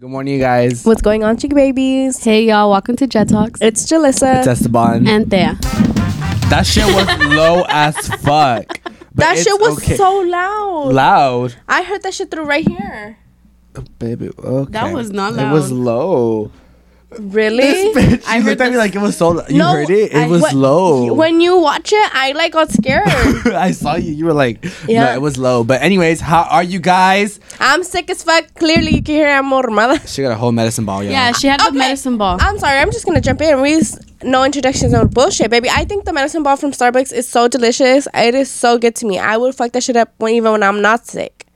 Good morning, you guys. What's going on, Cheeky Babies? Hey y'all, welcome to Jet Talks It's Jalissa. It's Esteban. and Thea. that shit was low as fuck. But that it's shit was okay. so loud. loud. I heard that shit through right here. Oh, Baby, okay. That was not It was loud. low. Really? Bitch, I you heard looked at me this- like it was so loud. You heard it? It I- was what- low. When you watch it, I like got scared. I saw you. You were like, yeah. Yeah. it was low. But anyways, how are you guys? I'm sick as fuck. Clearly, you can hear I'm mormada. She got a whole medicine ball, y'all. Yeah, she had Okay. the medicine ball. I'm sorry. I'm just gonna jump in. We s- no introductions, no bullshit, baby. I think the medicine ball from Starbucks is so delicious. It is so good to me. I would fuck that shit up when, even when I'm not sick.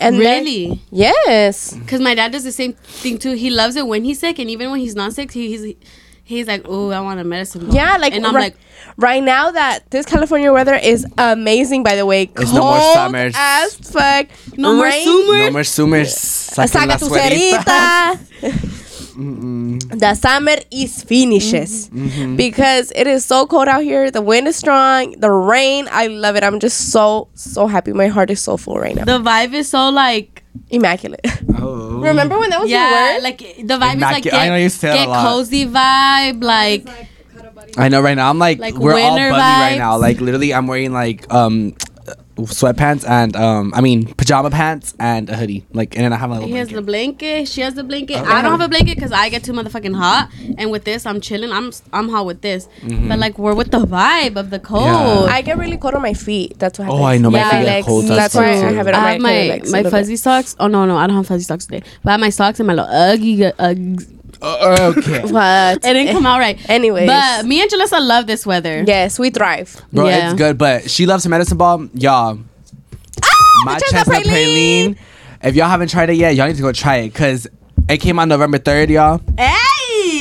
And then- really? yes. Because my dad does the same thing too. He loves it when he's sick, and even when he's not sick, he, he's he's like, "Oh, I want a medicine ball." Yeah, like and I'm ri- like, right now that this California weather is amazing. By the way, It's cold no more summers. as fuck. "No more Rain. sumer." No more swimmers. Saca Saca la tu suerita. cerita. the summer is finishes Mm-hmm. because it is so cold out here. The wind is strong. The rain, I love it. I'm just so so happy. My heart is so full right now. The vibe is so like, Immaculate. Oh. Remember when that was your yeah, word? like the vibe is like Immaculate. I know you get, say that get a lot. cozy vibe, like I know right now I'm like, Like we're all bunny winter right now. vibes. Like literally I'm wearing like um sweatpants and um I mean pajama pants and a hoodie. Like and then I have my little he has the blanket. blanket, she has the blanket. Uh-huh. I don't have a blanket because I get too motherfucking hot, and with this, I'm chilling. I'm I'm hot with this, Mm-hmm. but like we're with the vibe of the cold. I get really cold on my feet. That's what happens. Oh, I know, my Yeah, feet get cold as That's why I fuck, too. have it on I my, have my, legs a my little bit. fuzzy socks. Oh no no, I don't have fuzzy socks today. But I have my socks and my little uggy uggs. Uh, okay. What? It didn't come out right. Anyways. but me and Jalissa love this weather. Yes, we thrive. Bro, Yeah. Ah, it's good, but she loves her medicine ball. Y'all, my Chestnut chestnut praline. If y'all haven't tried it yet, y'all need to go try it because it came out November 3rd, y'all. Hey.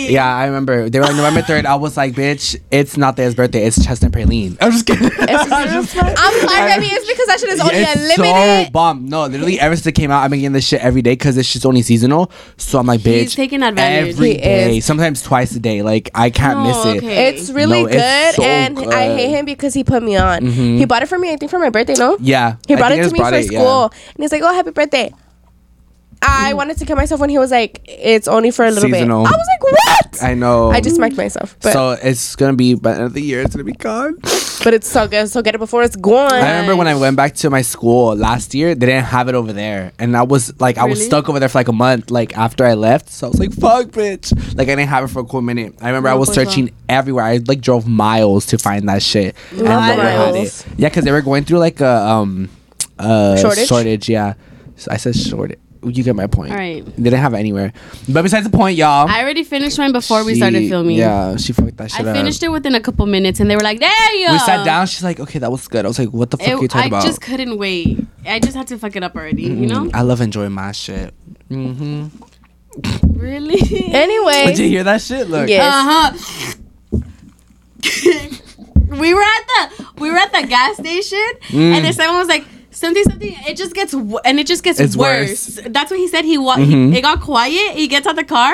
Yeah, I remember. They were like, November 3rd. I was like, bitch, it's not Thea's birthday. It's chestnut praline. I'm just kidding. Just- I'm sorry, baby. It's because that shit is only Yeah, it's so unlimited. bomb. No, literally, ever since it came out, I've been getting this shit every day because this shit's only seasonal. So I'm like, bitch. He's taking advantage. Every He day. is. Sometimes twice a day. Like, I can't No, miss it. okay. it's really No, it's good, so and I good. Mm-hmm. hate him because he put me on. He bought it for me, I think, for my birthday. No, Yeah. he I brought think I it to just me bought for it, yeah. school, and he's like, "Oh, happy birthday." I wanted to kill myself when he was like, "It's only for a little Mm. Seasonal. bit." I was like, "What?" I know. I just smacked myself, but so it's gonna be by the end of the year. It's gonna be gone. but it's so good. So get it before it's gone. I remember when I went back to my school last year, they didn't have it over there, and I was like, I was Really? stuck over there for like a month, like after I left. So I was like, "Fuck, bitch!" Like I didn't have it for a cool minute. I remember I No, was pues, well. searching everywhere. I like drove miles to find that shit. And Miles. never had it. Yeah, because they were going through like a um uh Shortage? shortage. yeah, so I said shortage. You get my point. All right. They didn't have it anywhere. But besides the point, y'all. I already finished mine before we she- started filming. Yeah, she fucked that I shit up. finished it within a couple minutes, and they were like, "There you go." We sat down. She's like, "Okay, that was good." I was like, "What the fuck It- are you talking I about?" just couldn't wait. I just had to fuck it up already. You know? I love enjoying my shit. Mm-hmm. Really? Did you anyway, hear that shit? Look. Yeah. Uh huh. we were at the we were at the gas station, Mm. and then someone was like something something. It just gets w- and it just gets It's Mm-hmm. worse. That's what he said. He, wa- he it got quiet. He gets out the car,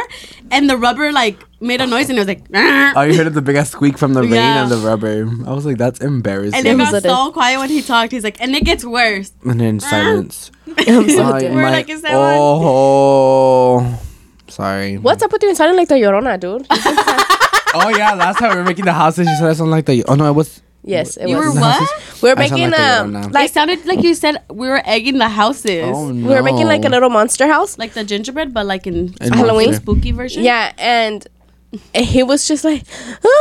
and the rubber like made a noise, and it was like. Oh, you heard of the big ass squeak from the rain Yeah. and the rubber. I was like, that's embarrassing. and And it then, was got a- so quiet when he talked. He's like, and it gets worse. silence. so I- dead. We're like, is that oh, sorry. what's up with you sounding like the Yorona, dude? Oh yeah, last time we were making the houses, you said I sounded like the. Oh no, it was. yes, it You was. were what? We're I sound making like the um Yorona. Like, like it sounded like you said we were egging the houses, Oh no. we were making like a little monster house. like the gingerbread, but like in In Halloween? spooky version. Yeah, and he was just like,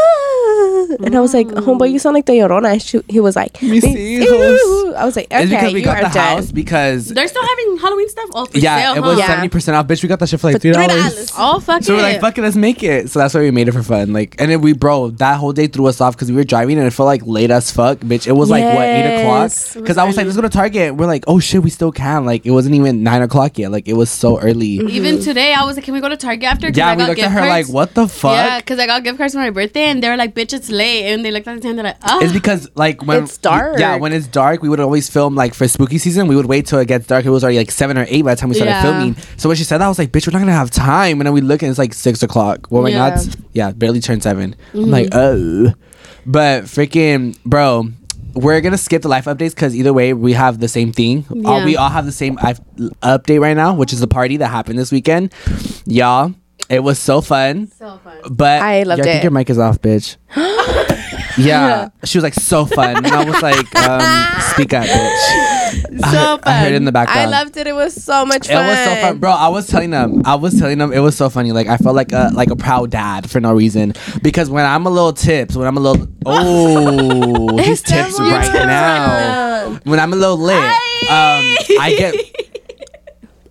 "Ah," and I was like, "Homeboy, you sound like the Llorona." And she, he was like, Mis "Me hijos." too." I was like, It's "Okay, because we you got are the done." house because. They're still having Halloween stuff. Oh, for yeah, sale, it huh? was Yeah. seventy percent off. Bitch, we got that shit for like three three dollars. dollars. Oh fuck So it. we're like, fuck it, let's make it. So that's why we made it for fun. Like, and then we, bro, that whole day threw us off because we were driving and it felt like late as fuck, bitch. It was like what eight Yes. o'clock? Because I was like, let's go to Target. We're like, oh shit, we still can. Like, it wasn't even nine o'clock yet. Like, it was so early. Even today, I was like, can we go to Target after? 'Cause Yeah, Mm. I we got looked at gift her cards. like, what the fuck? Yeah, because I got gift cards for my birthday, and they were like, bitch, it's late. And they looked at the time, they're like, oh. It's because like when It's dark. Yeah, when it's dark, we would always film like for spooky season. We would wait till it gets dark. It was already like seven or eight by the time we started Yeah. filming. So when she said that, I was like, "Bitch, we're not gonna have time." And then we look and it's like six o'clock. Well, we're Yeah. Mm-hmm. not. Yeah, barely turned 7 i I'm like, oh, but freaking bro. we're gonna skip the life updates because either way we have the same thing. All- Yeah. we all have the same i- update right now, which is the party that happened this weekend, y'all. It was so fun, So fun. but I loved yeah, I think it. your mic is off, bitch. yeah. she was like so fun, and I was like, um, speak up, bitch. So heard- I heard it in the I background. loved it. It was so much It fun. was so fun, bro. I was telling them, I was telling them, it was so funny. Like I felt like a like a proud dad for no reason because when I'm a little tips, when I'm a little oh, he's tips Esteban. right now. When I'm a little lit, um, I get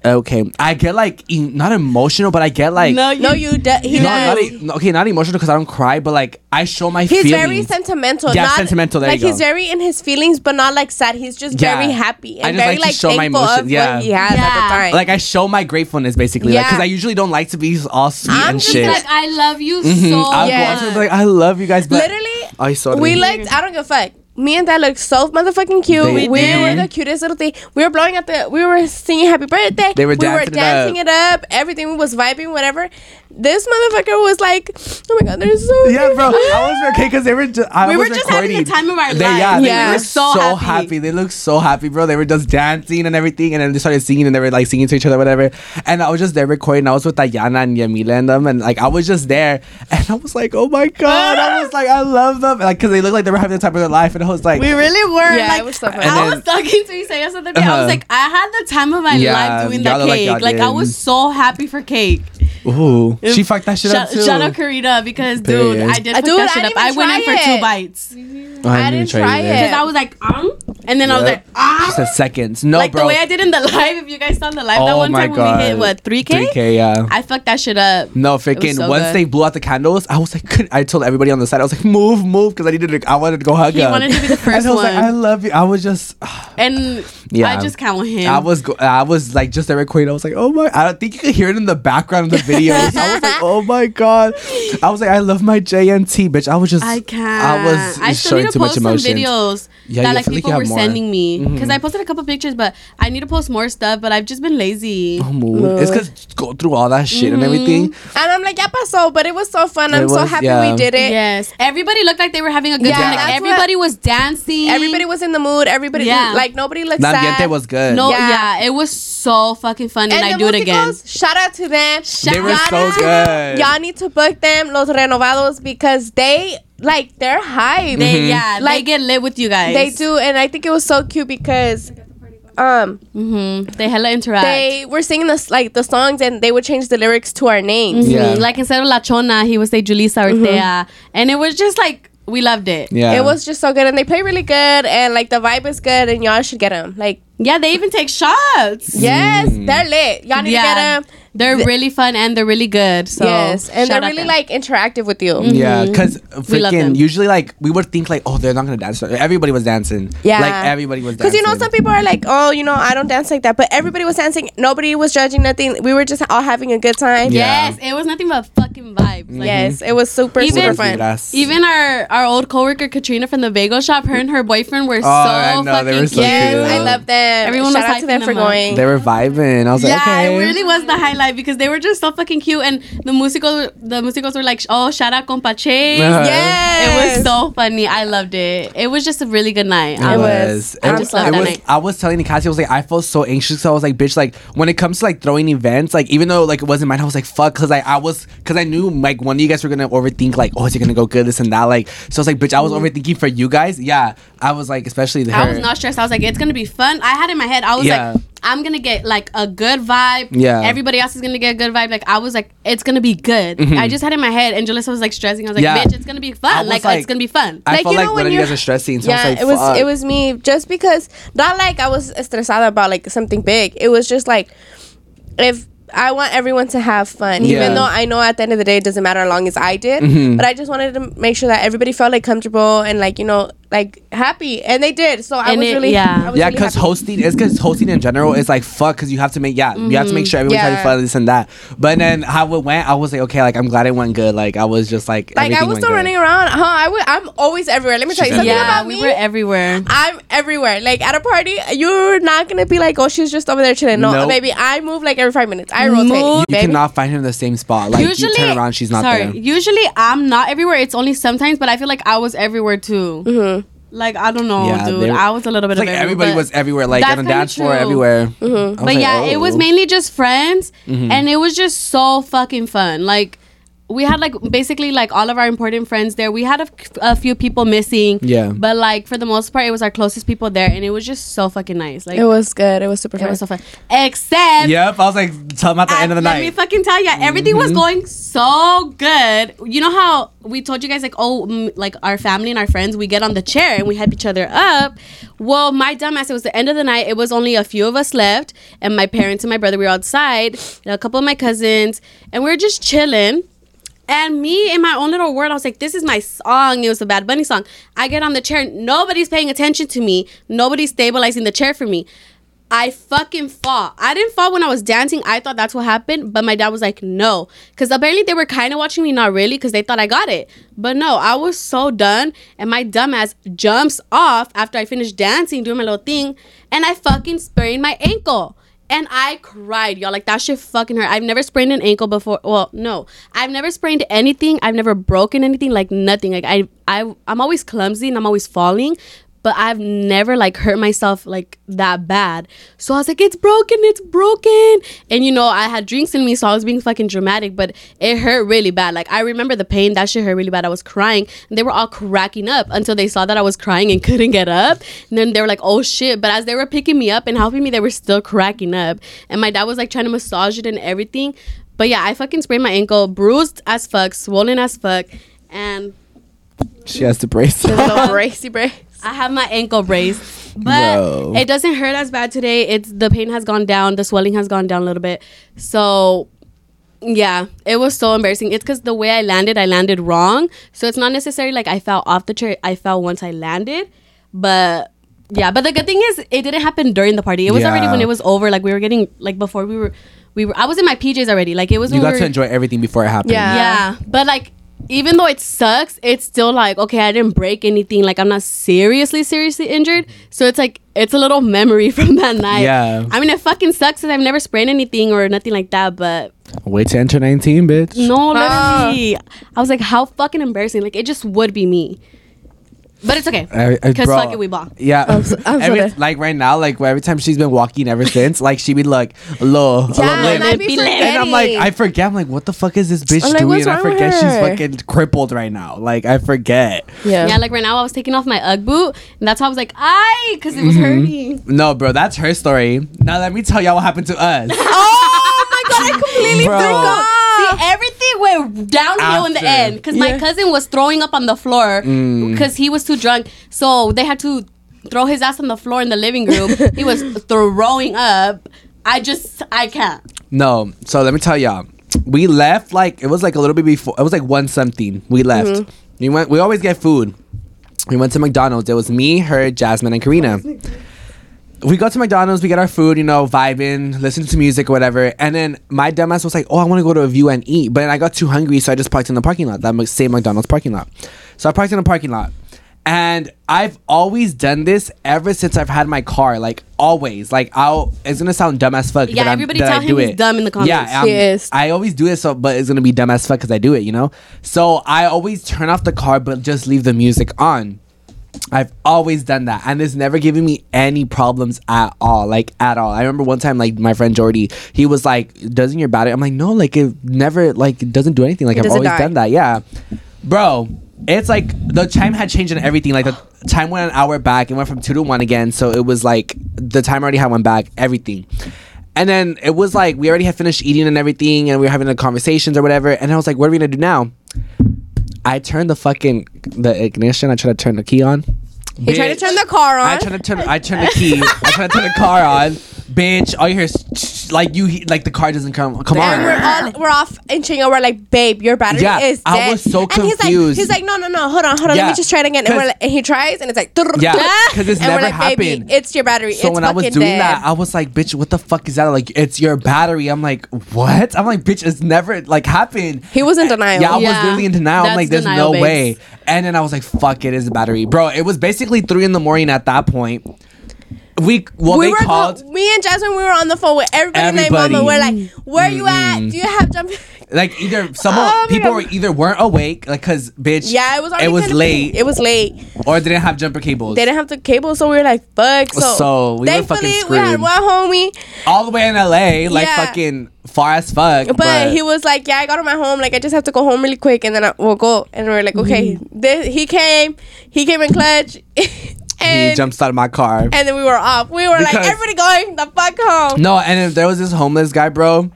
okay. I get like e- not emotional, but I get like no, No, you, No, you. De- he not does. e- okay, not emotional because I don't cry, but like I show my He's feelings. very sentimental. Yeah, not, sentimental, there you like go. he's very in his feelings, but not like sad. He's just Yeah. very happy I and just very like to like show my thankful emotions, of yeah. what he has at the Yeah. time. like I show my gratefulness basically, like Yeah. because I usually don't like to be all sweet I'm and just oh, shit. like I love you Mhm. so I'll Yeah. go out to like I love you guys, but literally, I saw we looked. I don't give a fuck. Me and that looked so motherfucking cute. They we were did. the cutest little thing. We were blowing out the. We were singing happy birthday. They were we were dancing it up. dancing it up. Everything was vibing. Whatever. This motherfucker was like, oh my god, they're so. Yeah, cute." bro. I was okay because they were. Just, I We was were just having the recording. time of our They, yeah, lives. they Yeah. were We're so, so happy. happy. They looked so happy, bro. They were just dancing and everything, and then they started singing, and they were like singing to each other, whatever. And I was just there recording. I was with Ayana and Yamila and them, and like I was just there, and I was like, oh my god, I was like, I love them, like because they looked like they were having the time of their life, and I was like, We really were. Yeah, like, it was so funny. And I then- was talking to Isaias the other day. I Uh-huh. was like, I had the time of my Yeah, life doing y'all that look like cake. y'all Like, I did. was so happy for cake. ooh, she fucked that shit Shout- up too. Shout out Karita because, dude, Bitch. I did Uh, fuck dude, that I shit didn't up. I even went in try for two it. bites. Oh, I didn't try either. it. Because I was like, um, and then I was Yep. like, um. She said seconds. No, like bro. the way I did in the live. If you guys saw the live that Oh one my time when we hit God. what 3K? 3K, yeah. I fucked that shit up. No, freaking. so once good. they blew out the candles, I was like, could, I told everybody on the side, I was like, move, move, because I needed, to, I wanted to go hug He him. wanted to be the first and I was like, one. I love you. I was just, And Yeah. I just count him. I was, go- I was like, just there recording. I was like, oh my, I don't think you could hear it in the background of the video. I was like, oh my god. I was like, I love my JNT, bitch. I was just, I can't. I was I still showing need to too much post some emotion. videos Yeah, you- I that like feel like you people have were more. Mm-hmm. sending me because I posted a couple pictures, but I need to post more stuff. But I've just been lazy. Mood. It's because go through all that shit and everything. Mm-hmm. And I'm like, yeah, paso, but it was so fun. I'm It so was, happy yeah. we did it. Yes, everybody looked like they were having a good Yeah, time. Like that's everybody was dancing. Everybody was in the mood. Everybody, Yeah. like nobody looked The sad. ambiente was good. no, Yeah. yeah. it was so fucking fun, and, I the do it again. Musicals, Shout out to them. They were Y'all so need to- good. Y'all need to book them, Los Renovados, because they like they're hype. They, Mm-hmm. Yeah, they Like, get lit with you guys. They do, and I think it was so cute because um hmm They hella interact. they were singing this like the songs and they would change the lyrics to our names. Yeah. Mhm. Like instead of La Chona, he would say Julissa Mm-hmm. or Thea. And it was just like, we loved it. Yeah. It was just so good, and they play really good, and like the vibe is good, and y'all should get them. Like, Yeah, they even take shots. yes, they're lit. Y'all need Yeah. to get them. They're really fun and they're really good. So yes, and shout they're out really them. Mm-hmm. like interactive with you. Yeah, because We love them. freaking usually like we would think like oh they're not gonna dance. Everybody was dancing. Yeah. like everybody was Because dancing. you know, some people are like, oh, you know, I don't dance like that. But everybody was dancing. Nobody was judging nothing. We were just all having a good time. Yeah. Mm-hmm. Yes, it was nothing but fucking vibes. Like, Yes, it was super, super Even- fun. Vibras. Even our, our old coworker Katrina from the bagel shop, her and her boyfriend Oh, were so I know, fucking they were so cute. Yes, cute. I love them. Everyone Shout was out to them hyping for them up. going. they were vibing. I was Yeah, like, okay, it really was the highlight because they were just so fucking cute, and the musical, the musicals were like, oh, shout out compa Chase. Uh-huh. yes, It was so funny. I loved it. It was just a really good night. I I was- was, I I'm was, so I was, happy. I was telling Nikasi, I was like, I felt so anxious. 'cause I was like, bitch, like when it comes to like throwing events, like even though like it wasn't mine, I was like, fuck, cause like I was, cause I knew like one of you guys were gonna overthink, like, oh, is it gonna go good, this and that, like. So I was like, bitch, I was Mm-hmm. overthinking for you guys. Yeah, I was like, especially the. I was not stressed. I was like, it's gonna be fun. I had in my head, I was Yeah. like, I'm gonna get like a good vibe. Yeah. Everybody else is gonna get a good vibe. Like I was like, it's gonna be good. I just had in my head, and Julissa was like stressing. I was like, Mm-hmm. Yeah. bitch, it's gonna be I fun. was Like, like- it's gonna be fun. I Like, felt you know like when one of you you're- guys are stressing, so yeah, I was like, it was fuck. it was me just because not like I was stressed about like something big. It was just like if I want everyone to have fun, Yeah. Mm-hmm. even though I know at the end of the day it doesn't matter how long as I did. But I just wanted to make sure that everybody felt like comfortable and like you know like happy, and they did. So I And was it- really yeah. I was yeah, really because happy. hosting is because hosting in general is like fuck because you have to make yeah you have to make sure everyone's Yeah. Mm-hmm. having fun this and that. But then how it went, I was like okay, like I'm glad it went good. Like I was just like like I everything was went still good. running around. Huh? I w- I'm always everywhere. Let me tell you She's something everywhere. about yeah, me. we were everywhere. I'm everywhere. Like at a party, you're not gonna be like, oh, she's just over there chilling. No, Nope. baby, I move like every five minutes. I rotate. Move. You baby. cannot find her in the same spot. Like you turn around, she's not sorry, there. Usually I'm not everywhere. It's only sometimes, but I feel like I was everywhere too. Like I don't know, Yeah, dude. they were- I was a little bit It's like of everybody but- was everywhere, like That's on the kinda dance floor, true. Mm-hmm. everywhere. I was But like, yeah, it was oh. Mm-hmm. mainly just friends, and it was just so fucking fun. Like we had like basically like all of our important friends there. We had a, f- a few people missing, Yeah. But like for the most part, it was our closest people there, and it was just so fucking nice. Like It was good. It was super fun. it was so fun. Except Yep, I was like, tell them at the end of the let night. me fucking tell you, everything was going so good. You know how we told you guys like, oh, mm, like our family and our friends, we get on the chair and we hype each other up. Well, my dumbass, it was the end of the night. It was only a few of us left, and my parents and my brother we were outside, and a couple of my cousins, and we were just chilling. And me, in my own little world, I was like, this is my song. It was a Bad Bunny song. I get on the chair. Nobody's paying attention to me. Nobody's stabilizing the chair for me. I fucking fall. I didn't fall when I was dancing. I thought that's what happened. But my dad was like, no. Because apparently they were kind of watching me, not really, because they thought I got it. But no, I was so done. And my dumbass jumps off after I finished dancing, doing my little thing. And I fucking sprained my ankle. And I cried, y'all. Like that shit fucking hurt. I've never sprained an ankle before. Well, no, I've never sprained anything. I've never broken anything. Like nothing. Like I, I, I'm always clumsy and I'm always falling, but I've never like hurt myself like that bad. So I was like, it's broken, it's broken. And you know, I had drinks in me, so I was being fucking dramatic, but it hurt really bad. Like I remember the pain. That shit hurt really bad. I was crying. And they were all cracking up until they saw that I was crying and couldn't get up. And then they were like, oh shit. But as they were picking me up and helping me, they were still cracking up. And my dad was like trying to massage it and everything. But yeah, I fucking sprained my ankle, bruised as fuck, swollen as fuck. And she has to brace. It was so bracey brace. I have my ankle brace, but Bro. it doesn't hurt as bad today. It's the pain has gone down, the swelling has gone down a little bit. So, yeah, it was so embarrassing. It's because the way I landed, I landed wrong. So it's not necessarily like I fell off the chair. I fell once I landed, but yeah. But the good thing is, it didn't happen during the party. It was already Yeah. when it was over. Like we were getting like before we were, we were. I was in my PJs already. Like it was. you when we got to were- enjoy everything before it happened. Yeah. yeah. Um, But like, even though it sucks, it's still like, okay, I didn't break anything. Like, I'm not seriously, seriously injured. So it's like, it's a little memory from that night. Yeah. I mean, it fucking sucks because I've never sprained anything or nothing like that. But Wait to enter 19, bitch. no, Ah. literally. I was like, how fucking embarrassing. Like, it just would be me. But it's okay. I- I- Because bro, fuck it, we ball. Yeah, I'm Oh, so- I'm so Every- dead. like right now, like every time she's been walking ever since, like she be like, low, Yeah, low and I limb. be Be forgetting. lit. And I'm like, I forget. I'm like, what the fuck is this bitch I'm like, doing? what's And I wrong with forget she's her? fucking crippled right now. Like, I forget. yeah. Yeah, like right now, I was taking off my Ugg boot, and that's how I was like, "Ay," because it was Mm-hmm. hurting. No, bro, that's her story. Now let me tell y'all what happened to us. oh my god, I completely Bro. threw up. See, everything went downhill in the After. Mm. end because my Yeah. cousin was throwing up on the floor because he was too drunk. So they had to throw his ass on the floor in the living room. he was throwing up. I just, I can't. No, so let me tell y'all. We left like it was like a little bit before. It was like one something. We left. Mm-hmm. We went. We always get food. We went to McDonald's. It was me, her, Jasmine, and Karina. We go to McDonald's. We get our food. You know, vibing, listen to music, or whatever. And then my dumbass was like, "Oh, I want to go to a view and eat," but then I got too hungry, so I just parked in the parking lot. That m- same McDonald's parking lot. So I parked in the parking lot. And I've always done this ever since I've had my car. Like always. Like I'll. It's gonna sound dumb as fuck. Yeah, but I'm- everybody that I tell him do he's it. dumb in the comments. Yeah, He is. I always do this, so but it's gonna be dumb as fuck because I do it, you know. So I always turn off the car, but just leave the music on. I've always done that, and it's never given me any problems at all, like at all. I remember one time, like my friend Jordy, he was like, "Doesn't your battery?" I'm like, "No, like it never, like it doesn't do anything. Like I've doesn't always die. done that, yeah, bro." It's like the time had changed and everything. Like the time went an hour back. It went from two to one again. So it was like the time already had went back. Everything. And then it was like we already had finished eating and everything, and we were having the conversations or whatever. And I was like, "What are we gonna do now?" I turned the fucking the ignition. I tried to turn the key on. He tried to Bitch. turn the car on. I tried to turn. I turned the key. I tried to turn the car on. Bitch, all you hear is like you he- like the car doesn't come come and on. we're all we're off inching and we're like, babe, your battery Yeah, is dead. I was so and he's like, confused. he's like, no, no, no, hold on, hold on, let Yeah, me just try it again. And, we're 'cause- like, and he tries, and it's like, Yeah, 'cause it's and we're never like, baby, happened. it's your battery. So it's when I was fucking doing dead. that, I was like, "Bitch, what the fuck is that?" Like, it's your battery. I'm like, "What?" I'm like, "Bitch, it's never like happened." he was in denial. Yeah, I was Yeah. literally in denial. I'm That's like, there's no denial-based. way. And then I was like, fuck, it is a battery. Bro, it was basically three in the morning at that point. we well we they were called go- me and Jasmine. We were on the phone with everybody, in my mama. We're Everybody. like, "Where you at? Do you have jump?" like either someone Oh my people God. were either weren't awake like because bitch yeah, it was. Already it was kinda- late It was late. or they didn't have jumper cables They didn't have the cable, so we were like, "Fuck!" So, So, we were thankfully, fucking we had screwed. one homie, all the way in LA like Yeah. fucking far as fuck but, he was like, "Yeah, I got on my home. Like, I just have to go home really quick, and then I, we'll go." And we are like, "Okay." Mm-hmm. This, he came. He came in clutch, he and jumps out of my car and then we were off. We were like, Because- "Everybody going the fuck home." No, and if there was this homeless guy, bro.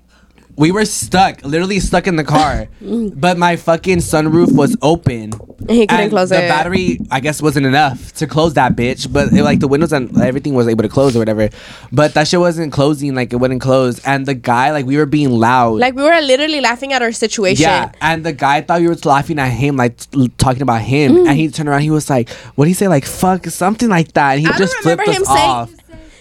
We were stuck, literally stuck in the car. but my fucking sunroof was open. And he couldn't And close the it. battery, I guess, wasn't enough to close that bitch. But it, like the windows and everything was able to close or whatever. But that shit wasn't closing. Like it wouldn't close. And the guy, like we were being loud. Like, we were literally laughing at our situation. yeah. And the guy thought we were laughing at him, like l- talking about him. Mm. And he turned around. He was like, "What did he say? Like fuck something like that." And he I don't just remember flipped us him saying- off.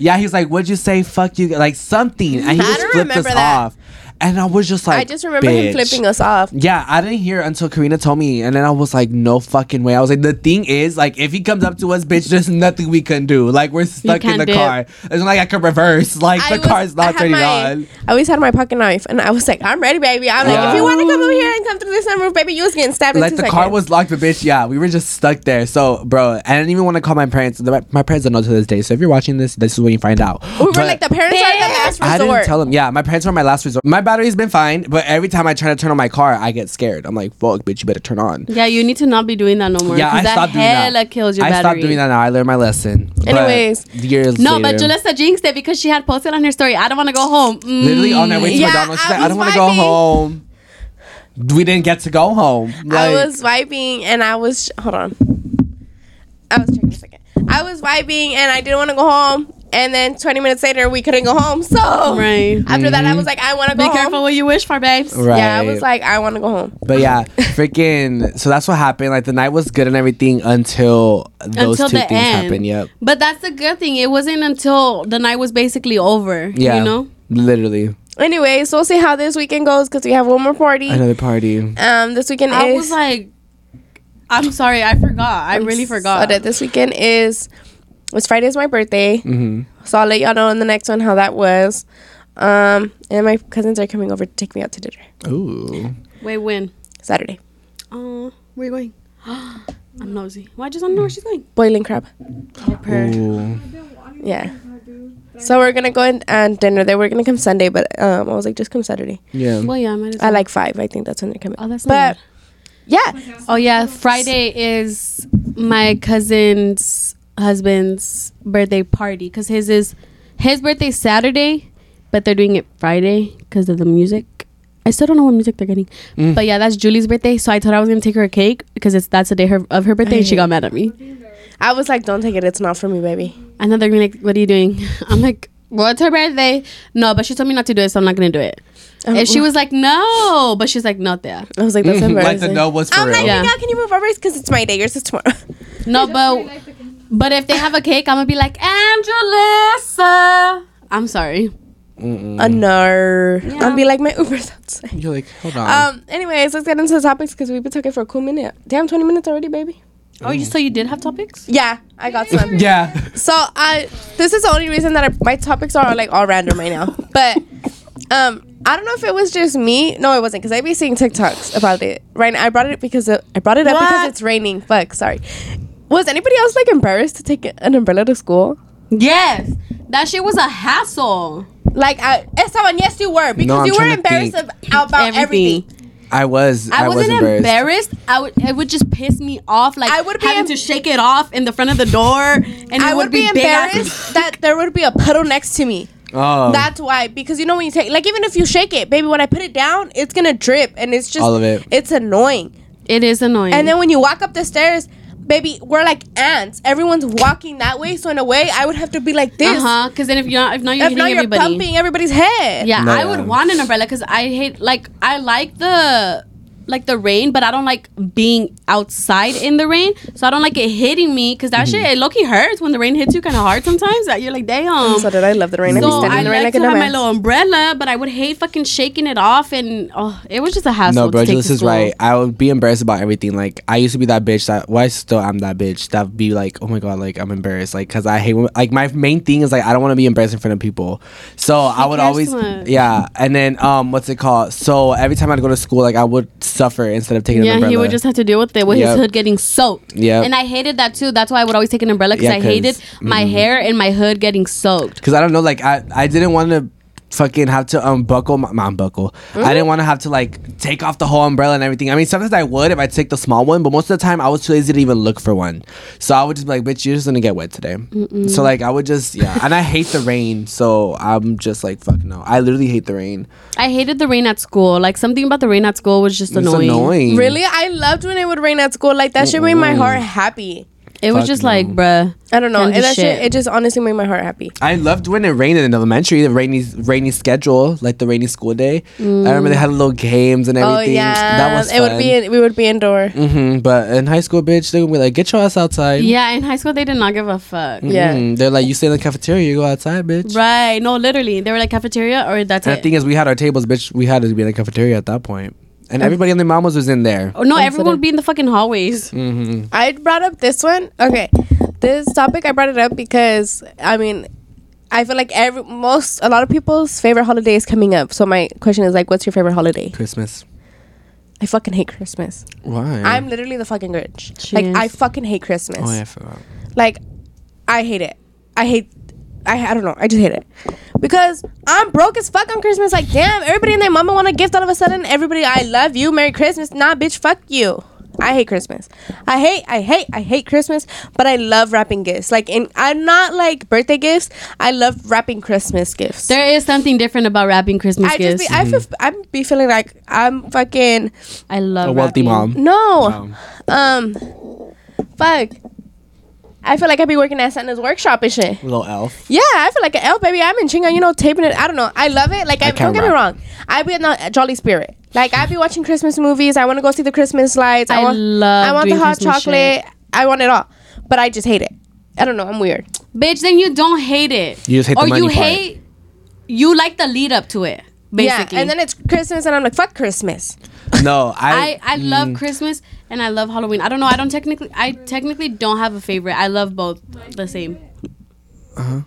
Yeah, he's like, "What'd you say? Fuck you!" Like something, and he I just don't flipped us remember that. off. And I was just like, I just remember him flipping us. us off. Yeah, I didn't hear until Karina told me, and then I was like, "No fucking way!" I was like, "The thing is, like, if he comes up to us, bitch, there's nothing we can do. Like, we're stuck in can't the do it. car. It's not like I could reverse. Like, the was- car's not had turning my- on." I always had my pocket knife, and I was like, "I'm ready, baby." I'm like, Yeah. "If you want to come over here and come through this sunroof, baby, you was getting stabbed." Like in the two car seconds." was locked, but bitch, yeah, we were just stuck there. So, bro, I didn't even want to call my parents. My, my parents don't know to this day. So, if you're watching this, this is when you find out. We were But- like, "The parents are the last I resort." didn't tell them. Yeah, my parents were my last resort. My battery's been fine, but every time I try to turn on my car, I get scared. I'm like, fuck, bitch, you better turn on. Yeah, you need to not be doing that no more. Yeah, 'cause I that stopped doing hella that. kills your I battery. stopped doing that now. I learned my lesson. But Anyways. years No, later, but Julissa jinxed it because she had posted on her story, I don't want to go home. Mm. literally on our way to Yeah, McDonald's, she's I like, I don't was want to go vibing. home. We didn't get to go home. I Like, was wiping, and I was hold on. I was checking a second. I was wiping, and I didn't want to go home. And then 20 minutes later, we couldn't go home. So Right. after that, I was like, "I want to go Be home." careful what you wish for, babes. Mm-hmm. Right. Yeah, I was like, "I want to go home." But yeah, freaking. So that's what happened. Like the night was good and everything until those until two the things end. happened. Yep. But that's the good thing. It wasn't until the night was basically over. Yeah. You know? Literally Anyways, we'll see how this weekend goes because we have one more party. another party. Um, this weekend I is was like, I'm sorry, I forgot. I really forgot. So that this weekend is it's Friday's my birthday. Mm-hmm. So I'll let y'all know in the next one how that was. Um, and my cousins are coming over to take me out to dinner Ooh. Wait, when? Saturday. Uh, where you going? I'm nosy. Why I just don't know where she's going. Boiling crab. Ooh. Yeah. So we're gonna go in and dinner there. We're gonna come Sunday, but um, I was like, just come Saturday. Yeah. Well, yeah, I might as I well. like five. I think that's when they're coming. Oh, that's but not yeah, Oh, yeah. Friday is my cousin's husband's birthday party because his is his birthday Saturday, but they're doing it Friday because of the music. I still don't know what music they're getting, but yeah, that's Julie's birthday. So I told her I was gonna take her a cake because it's that's the day her, of her birthday, and she got mad at me. I was like, don't take it. It's not for me, baby. I know they're gonna be like, "What are you doing?" I'm like, "Well, it's her birthday." No, but she told me not to do it, so I'm not gonna do it. Um, and she was like, "No," but she's like, "Not there." I was like, that's embarrassing. Mm-hmm. Like the no was for I'm real. like, Yeah. yeah. can you move over? Because it's my day. Yours is tomorrow. No, but but if they have a cake, I'm gonna be like, "Angelissa." I'm sorry. A Mm. no. I'll Yeah. be like, my Uber's outside. You're like, hold on. Um. Anyways, let's get into the topics because we've been talking for a cool minute. Damn, twenty minutes already, baby. Oh, you so you did have topics? Yeah, I got Um, some. yeah. So I, this is the only reason that I, my topics are like all random right now. But um, I don't know if it was just me. No, it wasn't because I be seeing TikToks about it. Right, now, I brought it because it, I brought it up because What? it's raining. Fuck, sorry. Was anybody else like embarrassed to take an umbrella to school? Yes. That shit was a hassle. Like, I, Esteban, yes, you were because I'm you were trying to embarrassed think. ab- about everything. Everything. I was. I, I, was wasn't embarrassed. embarrassed. I would it would just piss me off like I would be having em- to shake it off in the front of the door and it I would, be, big ass- embarrassed that there would be a puddle next to me. Oh. That's why, because you know when you take, like, even if you shake it, baby, when I put it down, it's gonna drip, and it's just All of it. It's annoying. It is annoying. And then when you walk up the stairs, baby, we're like ants. Everyone's walking that way, so in a way, I would have to be like this. Uh huh. Because then if you're not, if not, you're If hitting not, you're everybody. bumping everybody's head. Yeah, No, I yeah. would want an umbrella because I hate like I like the like the rain, but I don't like being outside in the rain. So I don't like it hitting me because that Mm-hmm. shit, it low key hurts when the rain hits you kind of hard sometimes. That you're like, damn. Um, So did I love the rain. So I be standing I in the rain like like to a have my dumbass. little umbrella, but I would hate fucking shaking it off, and oh, it was just a hassle. No, bro, to take this to is school. right. I would be embarrassed about everything. Like I used to be that bitch. That well, I still am that bitch. That be like, oh my god, like I'm embarrassed. Like, cause I hate. when- Like my main thing is like I don't want to be embarrassed in front of people. So I would cares always, so much? yeah. And then um, what's it called? So every time I'd go to school, like I would suffer instead of taking an Yeah, umbrella. he would just have to deal with it with Yep. his hood getting soaked. Yep. and I hated that too. That's why I would always take an umbrella because Yeah, I hated 'cause- Mm-hmm. my hair and my hood getting soaked. Cause I don't know, like I, I didn't want to fucking have to unbuckle my, my unbuckle. Mm-hmm. I didn't want to have to like take off the whole umbrella and everything. I mean, sometimes I would if I take the small one, but most of the time I was too lazy to even look for one. So I would just be like, bitch, you're just gonna get wet today. So like I would just yeah, and I hate the rain. So I'm just like fuck no. I literally hate the rain. I hated the rain at school. Like something about the rain at school was just It's annoying. annoying. Mm. Really, I loved when it would rain at school. Like that shit made Mm. my heart happy. It was Fuck just no. like, bruh. I don't know. Kinda And that shit. shit. it just honestly made my heart happy. I loved when it rained in elementary, the rainy rainy schedule, like the rainy school day. I remember they had little games and everything. Mm. Oh yeah, that was it would be in, we would be indoor. hmm But in high school, bitch, they're gonna be like, get your ass outside. Yeah, in high school they did not give a fuck. Yeah. Mm, they're like, you stay in the cafeteria, you go outside, bitch. Right? No, literally, they were like cafeteria or that's And the it. thing is, we had our tables, bitch. We had to be in the cafeteria at that point, and everybody and their mamas was in there. Oh, no, Instead everyone would of- be in the fucking hallways. Mm-hmm. I brought up this one. Okay, this topic I brought it up because I mean, I feel like every most a lot of people's favorite holiday is coming up. So my question is like, what's your favorite holiday? Christmas. I fucking hate Christmas. Why? I'm literally the fucking Grinch. She like is. I fucking hate Christmas. Oh, yeah, I forgot. Like I hate it. I hate. I, I don't know. I just hate it because I'm broke as fuck on Christmas. Like damn, everybody and their mama want a gift all of a sudden. Everybody, I love you. Merry Christmas. Nah, bitch, fuck you. I hate Christmas. I hate, I hate, I hate Christmas. But I love wrapping gifts. Like, and I'm not like birthday gifts. I love wrapping Christmas gifts. There is something different about wrapping Christmas I just, gifts. be, I feel, I'm be feeling like I'm fucking I love A wealthy mom. wrapping. no. Um, fuck. I feel like I be working at Santa's workshop and shit. Little elf. Yeah, I feel like an L baby. I'm in Chinga, you know, taping it. I don't know. I love it. Like, I, can't don't get me rap. wrong. I be in a jolly spirit. Like, I be watching Christmas movies. I want to go see the Christmas lights. I want, love I want the doing hot Christmas chocolate. I want it all, but I just hate it. I don't know. I'm weird. Bitch, then you don't hate it. You just hate the or money you part. hate. You like the lead up to it, basically. Yeah, and then it's Christmas, and I'm like, fuck Christmas. No, I. Mm. I, I love Christmas and I love Halloween. I don't know. I don't technically. I technically don't have a favorite. I love both the same. oh.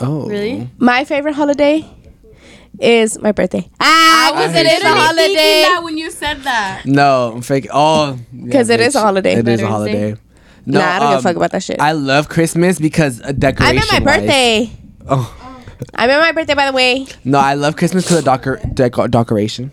Really? My favorite holiday is my birthday. Ah, was hate it is a you. thinking that holiday when you said that. No, I'm fake. Oh, because 'Cause it is a holiday. It is a Veterans holiday. Day. No, um, Nah, I don't give a fuck about that shit. I love Christmas because uh, I decoration. meant my birthday. Oh. I meant my birthday, by the way. No, I love Christmas because of decor- deco- decoration.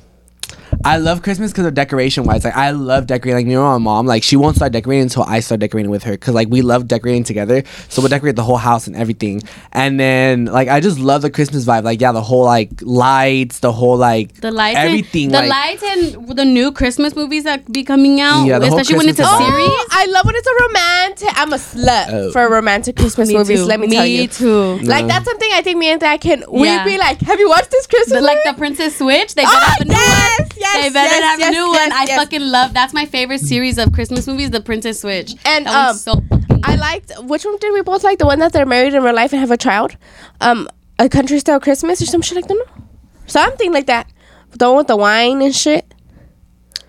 I love Christmas because of decoration wise. Like I love decorating. Like me and my mom, like she won't start decorating until I start decorating with her. Cause like we love decorating together, so we'll decorate the whole house and everything. And then like I just love the Christmas vibe. Like yeah, the whole like lights, the whole like The lights, everything. and, the like, lights, and the new Christmas movies that be coming out, Yeah, the whole especially when it's a Christmas vibe. series. Oh, I love when it's a romantic. I'm a slut Oh. for romantic Christmas movies. Let me, tell you. too. Like that's something I think me and I can. We Yeah. be like, have you watched this Christmas? The, like the movie?" Princess Switch, they better oh have a new yes, one. yes, they better yes, have yes, a new yes, one. I yes. fucking love. That's my favorite series of Christmas movies, The Princess Switch. And, that one's um, so fucking I good. liked which one did we both like? The one that they're married in real life and have a child, um, a country style Christmas or some shit like that. No? Something like that. The one with the wine and shit.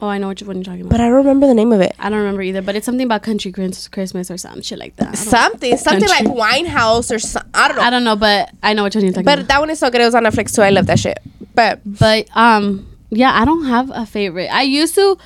Oh, I know which one you're talking about. But I don't remember the name of it. I don't remember either, but it's something about country Chris- Christmas or some shit like that. I don't, Something, something Country. like wine house or some, I don't know. I don't know, but I know which one you're talking but about. that one is so good. It was on Netflix too. I love that shit. But But um, yeah, I don't have a favorite. I used to,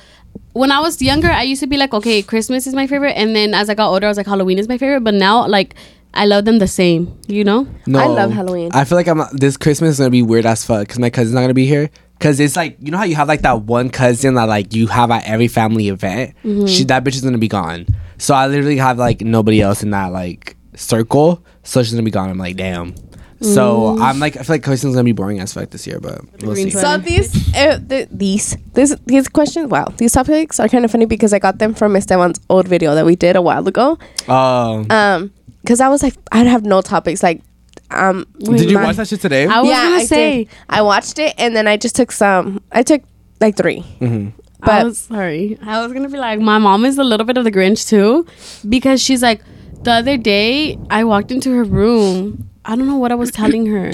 when I was younger, I used to be like, okay, Christmas is my favorite, and then as I got older, I was like, Halloween is my favorite. But now, like, I love them the same. You know? No, I love Halloween. I feel like I'm this Christmas is gonna be weird as fuck because my cousin's not gonna be here. Cause it's like you know how you have like that one cousin that like you have at every family event. Mm-hmm. She that bitch is gonna be gone. So I literally have like nobody else in that like circle. So she's gonna be gone. I'm like damn. Mm. So I'm like I feel like Christmas is gonna be boring as fuck this year, but we'll Green see. flag. So these, uh, th- these, this, these questions. Wow, these topics are kind of funny because I got them from Miss Devon's old video that we did a while ago. Um, Um, because I was like, I'd have no topics. Like, um, did you my- watch that shit today? I was yeah, gonna I say Mm-hmm. did. I watched it and then I just took some. I took like 3 I But- was sorry. I was gonna be like, my mom is a little bit of the Grinch too, because she's like, the other day I walked into her room. I don't know what I was telling her,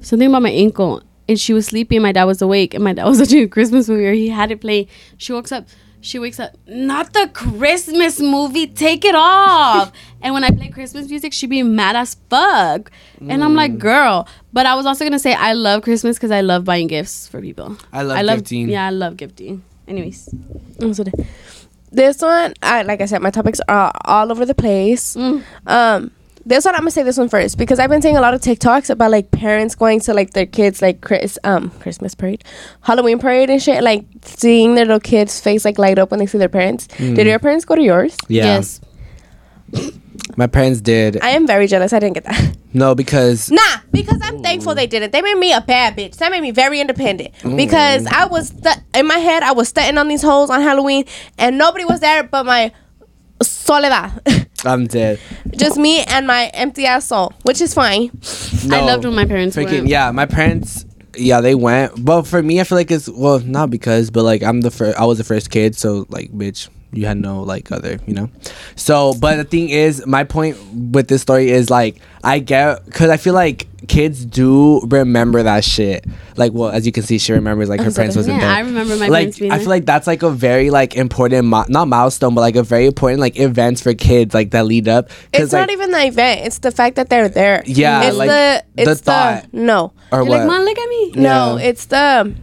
something about my ankle, and she was sleepy. And my dad was awake, and my dad was watching a Christmas movie, or he had it play. She wakes up. She wakes up. Not the Christmas movie. Take it off. and when I play Christmas music, she be mad as fuck. And I'm like, girl. But I was also gonna say I love Christmas because I love buying gifts for people. I love gifting. Yeah, I love gifting. Anyways. This one, I like I said, my topics are all over the place. Um, this one I'm gonna say this one first because I've been seeing a lot of TikToks about like parents going to like their kids like Chris um Christmas parade, Halloween parade and shit. Like seeing their little kids' face like light up when they see their parents. Did your parents go to yours? Yeah. Yes. My parents did. I am very jealous. I didn't get that. no, because Nah, because I'm thankful they didn't. They made me a bad bitch. That made me very independent. Because I was stu- in my head, I was stunting on these hoes on Halloween, and nobody was there but my soledad, I'm dead. just me and my empty ass soul, which is fine. No. I loved when my parents freaking went. yeah my parents yeah they went but for me i feel like it's well not because but like i'm the first i was the first kid so like bitch you had no like other you know so but the thing is my point with this story is like i get because i feel like kids do remember that shit like well as you can see she remembers like her I'm so parents done. wasn't Yeah, there I remember my like parents being i there. feel like that's like a very like important mi- not milestone but like a very important like events for kids like that lead up 'Cause, It's like, not even the event. It's the fact that they're there. Yeah, it's like, the the it's the, thought. no or You're like, what Mom, look at me. no. Yeah. It's the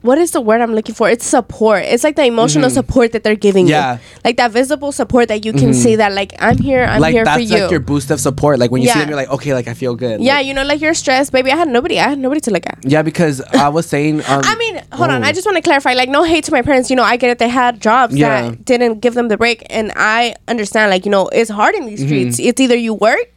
what is the word I'm looking for? It's support. It's like the emotional support that they're giving Mm-hmm. Yeah. Mm-hmm. you, like that visible support that you can see that like I'm here, I'm like here that's for you. like your boost of support. Like when you see Yeah. them, you're like, okay, like I feel good. yeah, Like- you know, like you're stressed, baby. I had nobody. I had nobody to look at. yeah, because I was saying. Um, I mean, hold on. oh. I just want to clarify. Like, no hate to my parents. You know, I get it. They had jobs Yeah. that didn't give them the break, and I understand. Like, you know, it's hard in these streets. Mm-hmm. It's either you work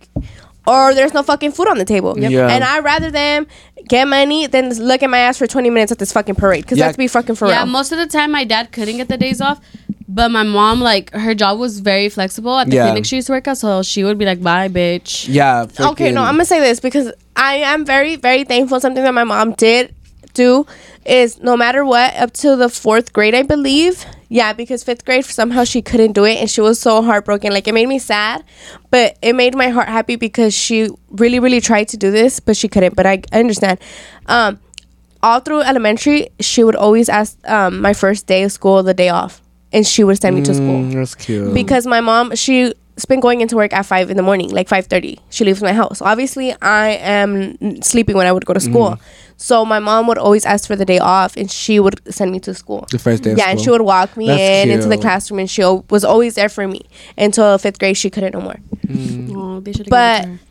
or there's no fucking food on the table. Yep. Yeah. And I rather them get money than look at my ass for 20 minutes at this fucking parade. Because Yeah. let's be fucking for Yeah, real. most of the time my dad couldn't get the days off, but my mom like her job was very flexible at the Yeah. Mm. clinic she used to work at, so she would be like, "Bye, bitch." Yeah. okay, no, I'm gonna say this because I am very, very thankful. Something that my mom did do is no matter what, up to the fourth grade, I believe. Yeah, because fifth grade somehow she couldn't do it, and she was so heartbroken. Like it made me sad, but it made my heart happy because she really, really tried to do this, but she couldn't. But I, I understand. Um, all through elementary, she would always ask um, my first day of school, the day off, and she would send me to school Mm, That's cute. because my mom she's been going into work at five in the morning like 5.30 she leaves my house obviously i am n- sleeping when i would go to Mm. school so my mom would always ask for the day off and she would send me to school the first day. Of yeah and she school. would walk me That's in into the cute. classroom and she al- was always there for me until fifth grade she couldn't no more Oh, they should've But- given it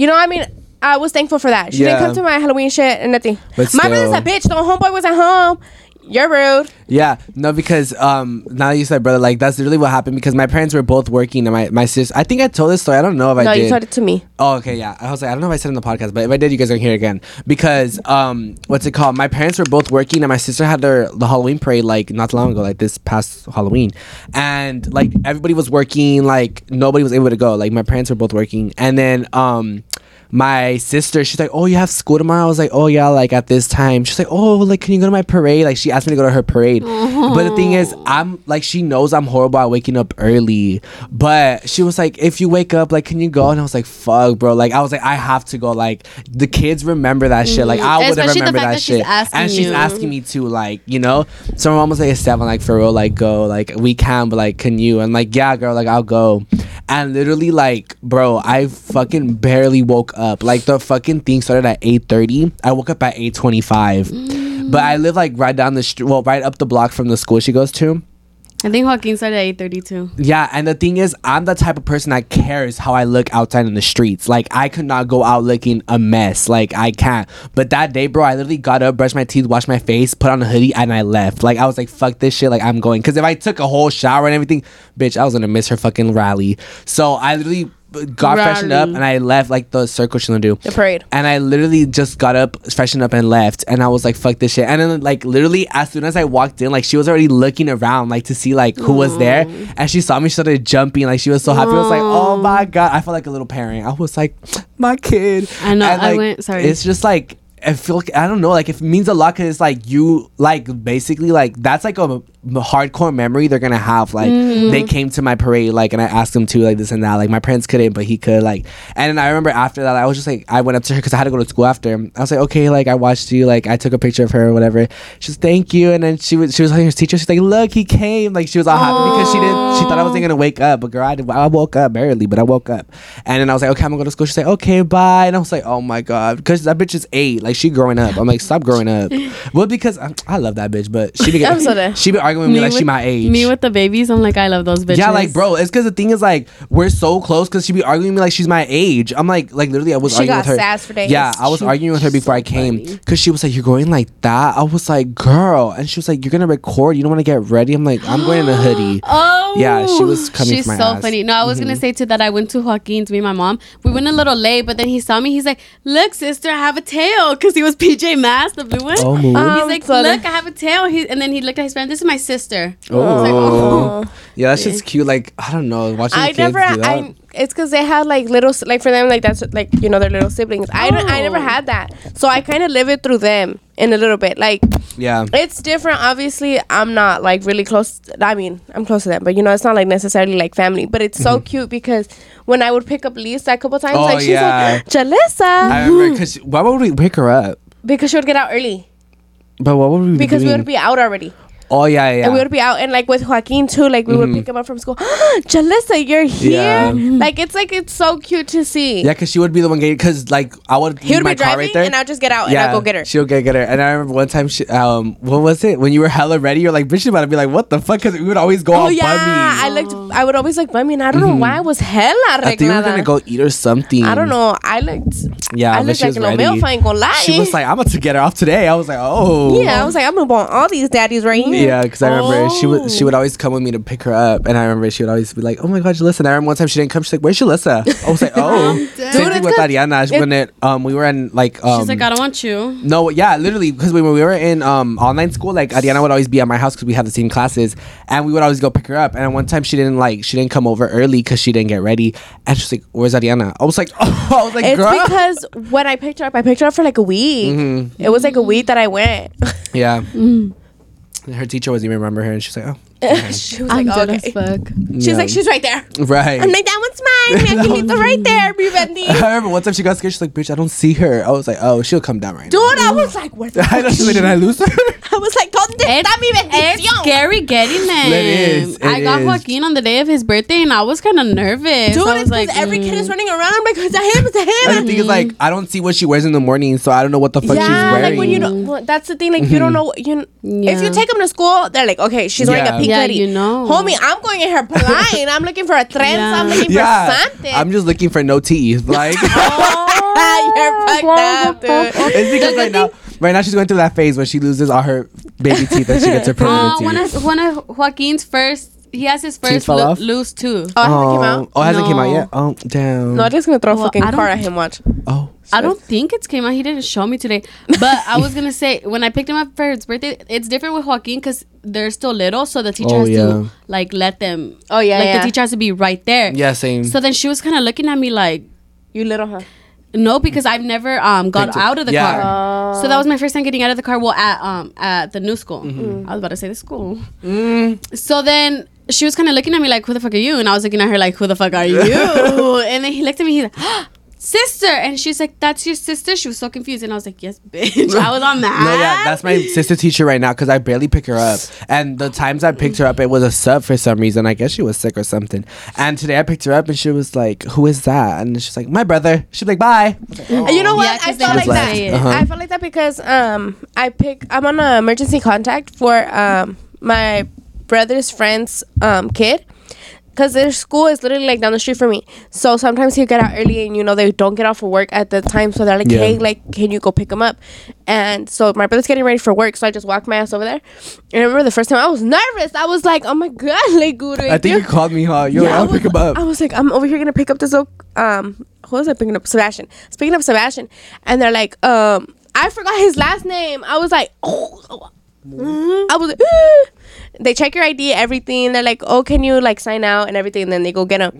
you know what i mean i was thankful for that she Yeah. didn't come to my halloween shit and nothing But my brother's a still. bitch the homeboy was at home you're rude Yeah, no, because um, now you said brother, like that's really what happened because my parents were both working and my my sis. I think I told this story. I don't know if I no did. you told it to me Oh, okay, yeah. I was like, I don't know if I said it in the podcast, but if I did, you guys are gonna hear it again. Because um, what's it called? My parents were both working, and my sister had their the Halloween parade like not long ago, like this past Halloween, and like everybody was working, like nobody was able to go. Like my parents were both working, and then um. My sister, she's like, "Oh, you have school tomorrow." I was like, "Oh yeah, like at this time." She's like, "Oh, like can you go to my parade?" Like she asked me to go to her parade, but the thing is, I'm like she knows I'm horrible at waking up early, but she was like, "If you wake up, like can you go?" And I was like, "Fuck, bro!" Like I was like, "I have to go." Like the kids remember that shit. Like I would have Especially the remembered fact that, that she's shit, asking and she's you. asking me to, like you know. So my mom was like, "Esteban, like for real, like go, like we can, but like can you?" And like, "Yeah, girl, like I'll go." And literally, like, bro, I fucking barely woke up. Like the fucking thing started at eight thirty. I woke up at eight twenty five. But I live like right down the street, well, right up the block from the school she goes to. to her. I think Joaquin started at eight thirty-two. Yeah, and the thing is, I'm the type of person that cares how I look outside in the streets. Like, I could not go out looking a mess. Like, I can't. But that day, bro, I literally got up, brushed my teeth, washed my face, put on a hoodie, and I left. Like, I was like, fuck this shit. Like, I'm going. Because if I took a whole shower and everything, bitch, I was going to miss her fucking rally. So I literally got freshened up Rally. and I left, like, the circle she's going to do. the parade And I literally just got up, freshened up, and left. And I was like, "Fuck this shit!" And then, like, literally, as soon as I walked in, like, she was already looking around, like, to see like who was there. And she saw me, she started jumping, like, she was so happy. I was like, "Oh my god!" I felt like a little parent. I was like, "My kid." I know, And, I like, went- sorry. It's just like I feel like, I don't know, like it means a lot because it's like you, like basically, like that's like a, m- hardcore memory they're gonna have. Like Mm-hmm. they came to my parade, like, and I asked them to, like this and that. Like my parents couldn't, but he could, like. And then I remember after that, I was just like, I went up to her because I had to go to school after. I was like, okay, like I watched you, like I took a picture of her or whatever. She's thank you, and then she was she was like her teacher. She's like, look, he came. Like she was all happy because she didn't. She thought I wasn't gonna wake up, but girl, I, did, I woke up barely, but I woke up. And then I was like, okay, I'm gonna go to school. She's like, okay, bye. And I was like, oh my god, because that bitch is eight. Like she growing up. I'm like, stop growing up. Well, because I, I love that bitch, but she be, I'm so there. she be arguing with me, like with, she my age. Me with the babies, I'm like, I love those bitches. yeah, like bro, it's because the thing is like we're so close because she be arguing with me like she's my age. I'm like, like literally, I was She arguing with got her. sass for days. Yeah, I was She- arguing with her before I came because she was like, "You're going like that." I was like, "Girl," and she was like, "You're gonna record. You don't want to get ready." I'm like, "I'm going in a hoodie." Oh Yeah, she was coming She's for my so ass. Mm-hmm. funny. No, I was gonna say too that I went to Joaquin's, me and my mom. We went a little late, but then he saw me. He's like, "Look, sister, I have a tail," because he was PJ Masks, the blue one. Oh, he's move. Um, like, sorry. "Look, I have a tail." He, and then he looked at his friend. This is my sister. Oh, yeah, that shit's cute. Like I don't know, watching I kids never. do that. I. It's because they had like little, si- like for them, like that's like you know their little siblings. I don't. I never Oh. had that, so I kind of live it through them in a little bit. Like yeah, it's different. Obviously, I'm not like really close. I mean, I'm close to them, but you know, it's not like necessarily like family. But it's so cute because when I would pick up Lisa a couple times, Mm-hmm. Oh, like she's yeah. like Jalissa, I remember because why would we wake her up? because she would get out early But what would we be because we doing? would be out already. oh yeah, yeah. Mm-hmm. And we would be out and like with Joaquin too, like we would pick him up from school. Jalissa, you're here. Yeah. Mm-hmm. Like it's like it's so cute to see. yeah, because she would be the one getting. Because like I would He leave would my be car driving right there, and I'll just get out and I'll go get her. She'll get, get her. And I remember one time, she, um, what was it? When you were hella ready, you're like, bitch, you about to be like, what the fuck? Because we would always go Oh all yeah, bummy. I looked. I would always like bummy, and I don't know why I was hella Mm-hmm. I think we were gonna arreglada. go eat or something. I don't know. I looked. Yeah, I but looked she like was an old ready. milf. I ain't gonna lie. She was like, I'm about to get her off today. I was like, oh. yeah, I was like, I'm gonna bone all these daddies right here. Oh. Yeah, because I remember she would she would always come with me to pick her up, and I remember she would always be like, "Oh my God, Jalissa!" And I remember one time she didn't come. She's like, "Where's Jalissa?" I was like, "Oh, dead. same Dude, thing it's with 'cause- Ariana when it um we were in like um She's like, "I don't want you." No, yeah, literally, because when we were in um, online school, like Ariana would always be at my house because we had the same classes, and we would always go pick her up. And one time she didn't like she didn't come over early because she didn't get ready, and she's like, "Where's Ariana?" I was like, "Oh, I was like, It's girl, Mm-hmm. because when I picked her up, I picked her up for like a week. It was like a week that I went. yeah." Mm. And Her teacher wasn't even remember her, and she's like, "Oh, she was like, oh, okay. fuck. She's Yeah. like, she's right there. right." I'm like, that one's mine. Angelito right there, mi I bendito. remember one time she got scared. She's like, "Bitch, I don't see her." I was like, "Oh, she'll come down right Dude, I was like, where the now." I fuck don't is know. Did she? I lose her? I was like, ¿dónde está mi bendición? Scary getting them. It is, it I got is. Joaquin on the day of his birthday, and I was kind of nervous. Dude, I it's was like, because every mm. kid is running around. I'm like, it's a him, it's a him. and the thing is, like, I don't see what she wears in the morning, so I don't know what the fuck she's yeah, wearing. Mm-hmm. like when you know, well, that's the thing. Like you don't know, you if Yeah. you take them to school, they're like, okay, she's wearing Yeah. a pink Yeah, hoodie. you know. homie, I'm going in her blind. I'm looking for a trench. Yeah. I'm looking yeah, for something. Oh. I'm just looking for no teeth, like. Oh. You're fucked up, dude. It's because right now, right now she's going through that phase where she loses all her baby teeth and she gets her Uh, permanent one teeth. of one of Joaquin's first. He has his first fell lo- off? loose tooth. Oh, I haven't came Oh, out. oh, it hasn't came out No. yet. Oh, damn. No, I'm just gonna throw Well, a fucking I don't- car at him. Watch. oh, I don't think it's came out. He didn't show me today. But I was gonna say when I picked him up for his birthday, it's different with Joaquin because they're still little, so the teacher Oh, has yeah. to like let them. Oh, yeah, like yeah. the teacher has to be right there. yeah, same. So then she was kind of looking at me like, You little huh? no, because I've never um got Picked it. out of the Yeah. car. so that was my first time getting out of the car. Well, at um at the new school, Mm-hmm. I was about to say the school. Mm. So then she was kind of looking at me like, "Who the fuck are you?" And I was looking at her like, "Who the fuck are you?" and then he looked at me. He's like, "Ah, "Sister," and she's like, "That's your sister." She was so confused, and I was like, "Yes, bitch." I was on that. no, yeah, that's my sister teacher right now because I barely pick her up. And the times I picked her up, it was a sub for some reason. I guess she was sick or something. And today I picked her up and she was like, "Who is that?" And she's like, "My brother." She's like, "Bye." And you know what? Oh. Yeah, 'cause I they felt like just that. say it. Uh-huh. I felt like that because um, I pick. I'm on an emergency contact for um my brother's friend's um kid. Cause their school is literally like down the street from me, so sometimes he get out early, and you know they don't get off of work at the time, so they're like, Yeah. "Hey, like, can you go pick him up?" And so my brother's getting ready for work, so I just walked my ass over there. And I remember the first time I was nervous. I was like, "Oh my god, like, guru, I think you called me, huh? You're yeah, I like, "I'll was- pick him up." I was like, I'm over here gonna pick up this little um who was I picking up? Sebastian. I was picking up Sebastian. And they're like, um, I forgot his last name. I was like, oh, oh. I was like, "Ah." they check your ID, everything. They're like, oh, can you like sign out and everything? And then they go get him.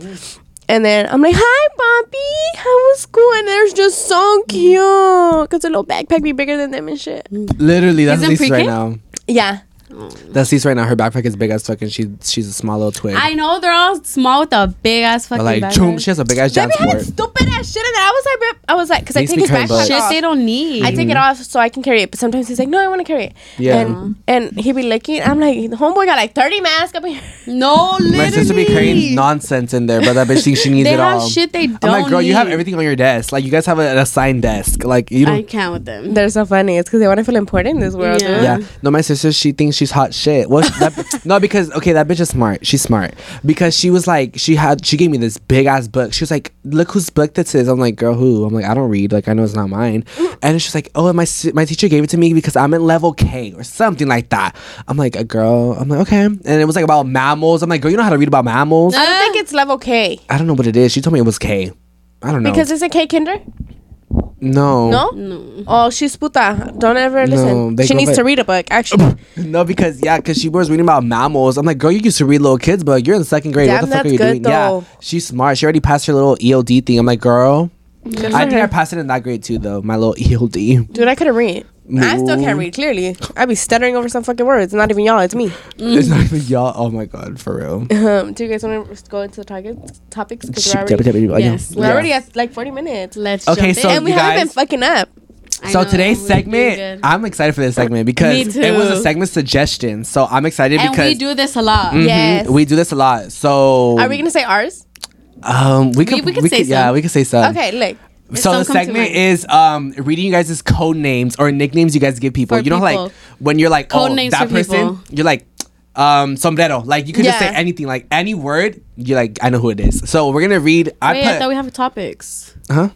And then I'm like, hi, Bobby. How was school? And they're just so cute. Because their little backpack be bigger than them and shit. Mm. Literally, that's Is it Lisa right pre-K? now. Yeah. That's Lisa right now. Her backpack is big as fuck, and she she's a small little twig. I know they're all small with a big ass fucking but like, backpack. choom, she has a big ass They jazz be having sport. stupid ass shit in there. I was like, rip- I was like, because I Makes take me his curl backpack butt. shit off. they don't need. I take it off so I can carry it. But sometimes he's like, no, I want to carry it. Mm-hmm. Yeah. And, and he be licking. I'm like, the homeboy got like 30 masks up here. no, literally. My sister be carrying nonsense in there, but that bitch thinks she needs They it have all. shit they don't. I'm like, girl, you have need. everything on your desk. Like, you guys have a, an assigned desk. Like, you I don't. can't with them. They're so funny. It's because they want to feel important in this world. Yeah. dude. yeah. No, my sister, she thinks she's hot shit. Well, that, no, because okay, that bitch is smart. She's smart because she was like, she had, she gave me this big ass book. She was like, look whose book this is. I'm like, girl, who? I'm like, I don't read. Like, I know it's not mine. And she's like, oh, and my si- my teacher gave it to me because I'm in level K or something like that. I'm like, a girl. I'm like, okay. And it was like about mammals. I'm like, girl, you know how to read about mammals? I don't think it's level K. I don't know what it is. She told me it was K. I don't know. Because it's a K kinder? no, No? Oh, she's puta. Don't ever listen. they she go needs by- to read a book, actually. No, because yeah, because she was reading about mammals. I'm like, girl, you used to read little kids, but you're in second grade. Damn, what the fuck are that's you good, doing? though. Yeah, she's smart. She already passed her little ELD thing. I'm like, girl, for I think her. I passed it in that grade too, though. My little ELD. Dude, I couldn't read. I still can't read, clearly. I'd be stuttering over some fucking words. Not even y'all, it's me. It's not even y'all. Oh my god, for real. Um, do you guys want to go into the target topics? 'Cause we're already, Yes. we're already at like 40 minutes. Let's Okay, jump so- in. And we you haven't been guys- fucking up. I So know, today's we do segment, good. I'm excited for this segment because Me it was a too. segment suggestion. So I'm excited and because we do this a lot. Mhm, Yes. we do this a lot. So Are we going to say ours? um we could we could say yeah some. we could say some. Okay, look. so some the come to segment mind. is um reading you guys' code names or nicknames you guys give people. For you know how, people. like when you're like Code oh names that for person people. you're like um sombrero like you can just say Yeah. anything like any word you're like I know who it is. So we're gonna read. I Wait, put I thought we have topics. huh.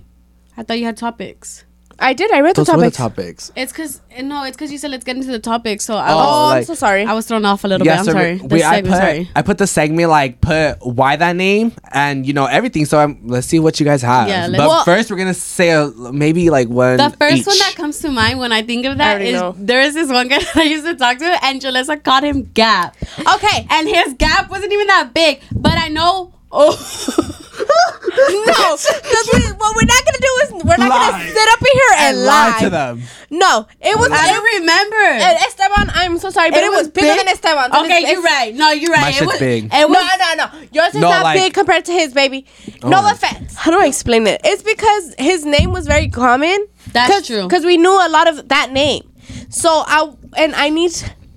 I thought you had topics. I did. I read Those the were the topics. topics. It's because no, it's because you said let's get into the topics. So I Oh, was, Oh, I'm like- so sorry. I was thrown off a little bit. I'm so sorry. we- The we- I segment, put sorry. I put the segment like put why that name and you know everything. So I'm, let's see what you guys have. Yeah, let's- but Well- first we're gonna say a, maybe like one. The first one each. that comes to mind when I think of I that already is know. there is this one guy that I used to talk to, and Jalissa called him Gap. okay. And his gap wasn't even that big, but I know. Oh. No, 'cause we, what we're not gonna do is we're not Lie. gonna sit up in here and, And lie. lie to them. No, it was. I I don't remember. Esteban, I'm so sorry, but it, was, bigger than Esteban. So Okay, it's- you're it's- right. No, you're right. My shit's big. It No, was, no, no. Yours is No, not like- big compared to his, baby. No Oh. offense. How do I explain it? It's because his name was very common. That's Cause, true. Because we knew a lot of that name. So I and I need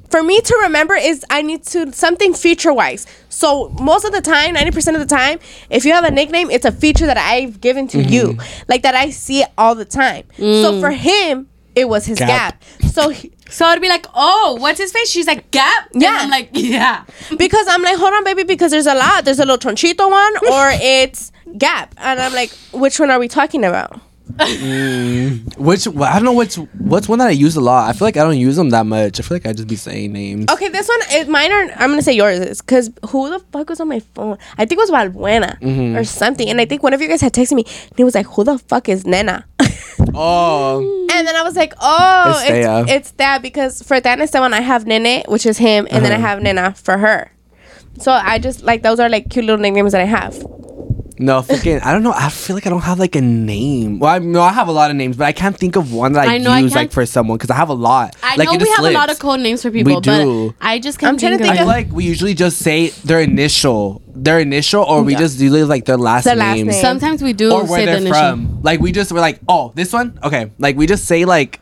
for me to remember is I need to something feature wise. So most of the time, ninety percent of the time, if you have a nickname, it's a feature that I've given to you, like that I see it all the time. So for him, it was his Gap. gap. So. He, so I'd be like, oh, what's his face? She's like, Gap. And Yeah. I'm like, yeah. because I'm like, hold on, baby, because there's a lot. There's a little tronchito one, or it's Gap, and I'm like, which one are we talking about? Which I don't know which what's one that I use a lot. I feel like I don't use them that much. I feel like I just be saying names. Oh. Okay, this one, is mine are. I'm gonna say yours is because who the fuck was on my phone? I think it was Valbuena Mm-hmm. or something, and I think one of you guys had texted me, and he was like, who the fuck is Nena? Oh, and then I was like, It's oh, it's, Thea. it's, that because for that and someone I have Nene, which is him, and then I Uh-huh. have Nena for her. So I just like those are like cute little nicknames that I have. no, fucking. I don't know. I feel like I don't have like a name. Well, I no, I have a lot of names, but I can't think of one that I, I know, I use like can't- for someone because I have a lot. I like, know it we just have a lot of slips. code names for people, We but do. I just can't I'm trying to I think feel of- like we usually just say their initial, their initial, or we Yeah. just usually like their last Their last names name. Sometimes we do or say where the they're initial. from. Like we just were like, oh, this one, okay. Like we just say like,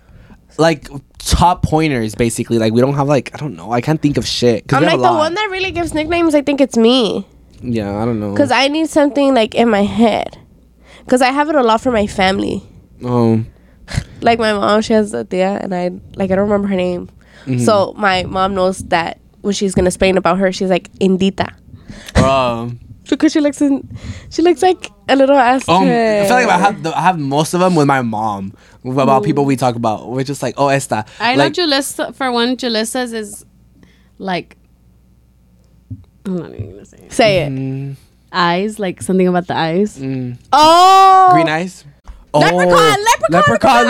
like top pointers basically. Like we don't have like I don't know. I can't think of shit. 'cause I'm we have like a the lot. one that really gives nicknames. I think it's me. Yeah, I don't know. Cause I need something like in my head. Cause I have it a lot for my family. um, Like my mom, she has a tia, and I like I don't remember her name. Mm-hmm. So my mom knows that when she's gonna explain about her, she's like Indita bro. because she looks in, she looks like a little ass. Um, I feel like I have the, I have most of them with my mom about people we talk about. We're just like, oh, esta. I like, know Julissa, for one, Julissa's is like, I'm not even going to say it. Say Mm-hmm. it. mm, Eyes, like something about the eyes. Oh, green eyes. Oh, Leprechaun, leprechaun,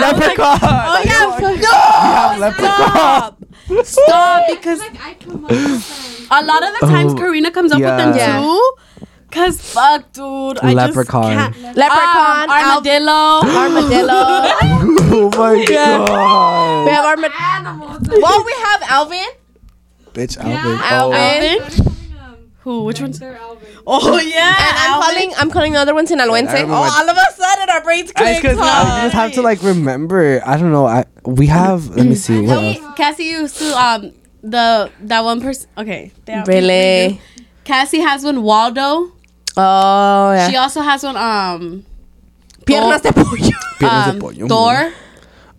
leprechaun, leprechaun. I leprechaun. was like, Oh yeah, no, have leprechaun. stop, stop, because A lot of the times, Karina comes up with them Oh, Yeah. too. Cause fuck, dude. I Leprechaun. Just can't. Leprechaun, Um, armadillo. armadillo. oh my god, we have armadillo. Animals. Well, we have Alvin. bitch, Alvin. Al- Oh. Alvin. They're coming, um, Who? Which one's? they're Alvin. Oh yeah. And I'm Alvin. calling. I'm calling the other one Sinaloense. Yeah, I Oh, remember my- all of a sudden our brains It's clicked. because now huh? you just have to like remember. I don't know. I we have. Let me see. What Cassie, else? Cassie used to um the that one person. Okay. damn, Really? Cassie has one Waldo. Oh yeah. She also has one um Piernas de pollo. Piernas de um, pollo. Thor.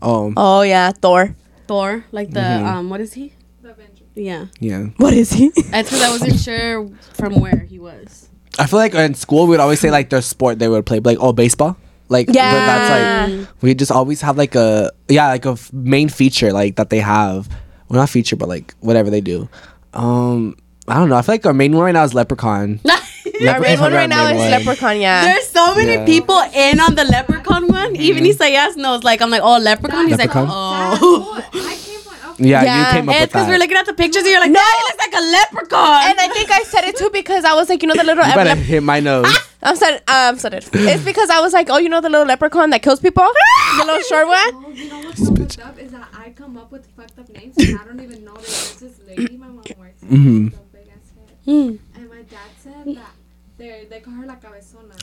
Oh oh yeah, Thor. Thor, like the Mm-hmm. um, what is he? The Avenger. Yeah, yeah. What is he? that's because I wasn't sure from where he was. I feel like in school we would always say like their sport they would play, like oh baseball. Like Yeah. but that's like we just always have like a yeah like a f- main feature like that they have. Well, not feature, but like whatever they do. Um, I don't know. I feel like our main one right now is Leprechaun. Our main one right now is Leprechaun. Leprechaun. Yeah. There's so many Yeah. Mm-hmm. people in on the leprechaun one. Even Isaias knows. Like I'm like, oh, leprechaun. He's Leprechaun? like, That's oh. what- I came on up Yeah, Yeah, you came up And with it's because that. we're looking at the pictures and you're like, no, he looks like a leprechaun. And I think I said it too because I was like, you know, the little. you better hit my nose. I'm sorry. I'm sorry. It's because I was like, oh, you know the little leprechaun that kills people, the little short one. No, you know what's so fucked up is that I come up with fucked up names and I don't even know. There's this lady my mom works with. Mhm. she's a big ass head. And my dad said that they they call her la cabezona.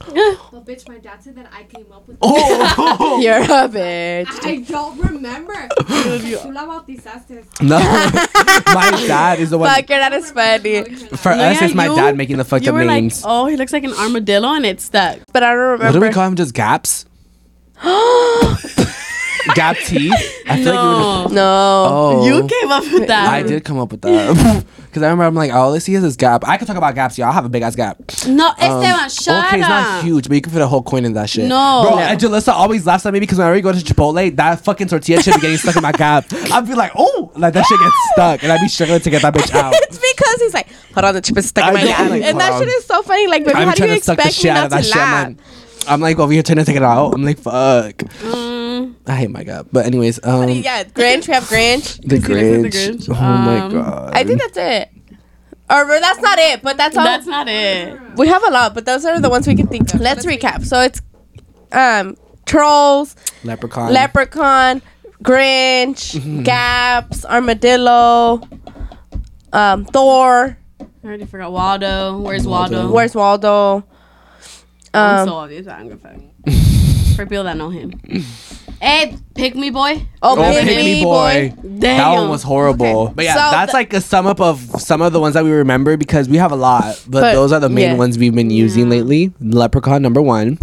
but bitch, my dad said that I came up with. oh You're a bitch. I don't remember. Tú la bautizaste. no, my dad is the one. Fuck, you're not as funny. for No, us, yeah, it's my you- dad making the fucked you up were like, names. oh, he looks like an armadillo, and it stuck. But I don't what do we remember. call him? Just gaps? Gap teeth? I feel like we would- No, no. oh, you came up with that. I did come up with that because I remember I'm like, all I see is this gap. I could talk about gaps, y'all. I have a big ass gap. No, Um, Esteban, shut okay, it's up. not huge, but you can fit a whole coin in that shit. No. bro. No. And Jalissa always laughs at me because whenever we go to Chipotle, that fucking tortilla should be getting stuck in my gap. I'd be like, oh, like that shit gets stuck, and I'd be struggling to get that bitch out. it's because he's like, hold on, the chip is stuck I in my know, lap. like, and that hold shit on. is so funny. Like, baby, I'm how do trying you to suck the expect me shit out of not that to shit. laugh? I'm like, I'm like over here trying to take it out. I'm like, fuck. Mm, I hate my gap. But anyways, um, Yeah, Grinch. We have Grinch. the Because he looks like the Grinch. Grinch. Oh my Um, god. I think that's it. Or or that's not it, but that's all. that's not it. we have a lot, but those are the ones we can think of. Let's recap. So it's um trolls, leprechaun. leprechaun, Mm-hmm. Grinch, Gaps, armadillo, um, Thor. I already forgot Waldo. Where's Waldo? Waldo. Where's Waldo? I'm Um, so obvious, but I'm gonna fuck. For people that know him. Hey, pick me boy. oh, Oh, Pick Pick Me Me Boy. Damn. That one was horrible. Okay. But yeah, So that's the- like a sum up of some of the ones that we remember because we have a lot, but, But, those are the main yeah. ones we've been using lately. Leprechaun number one,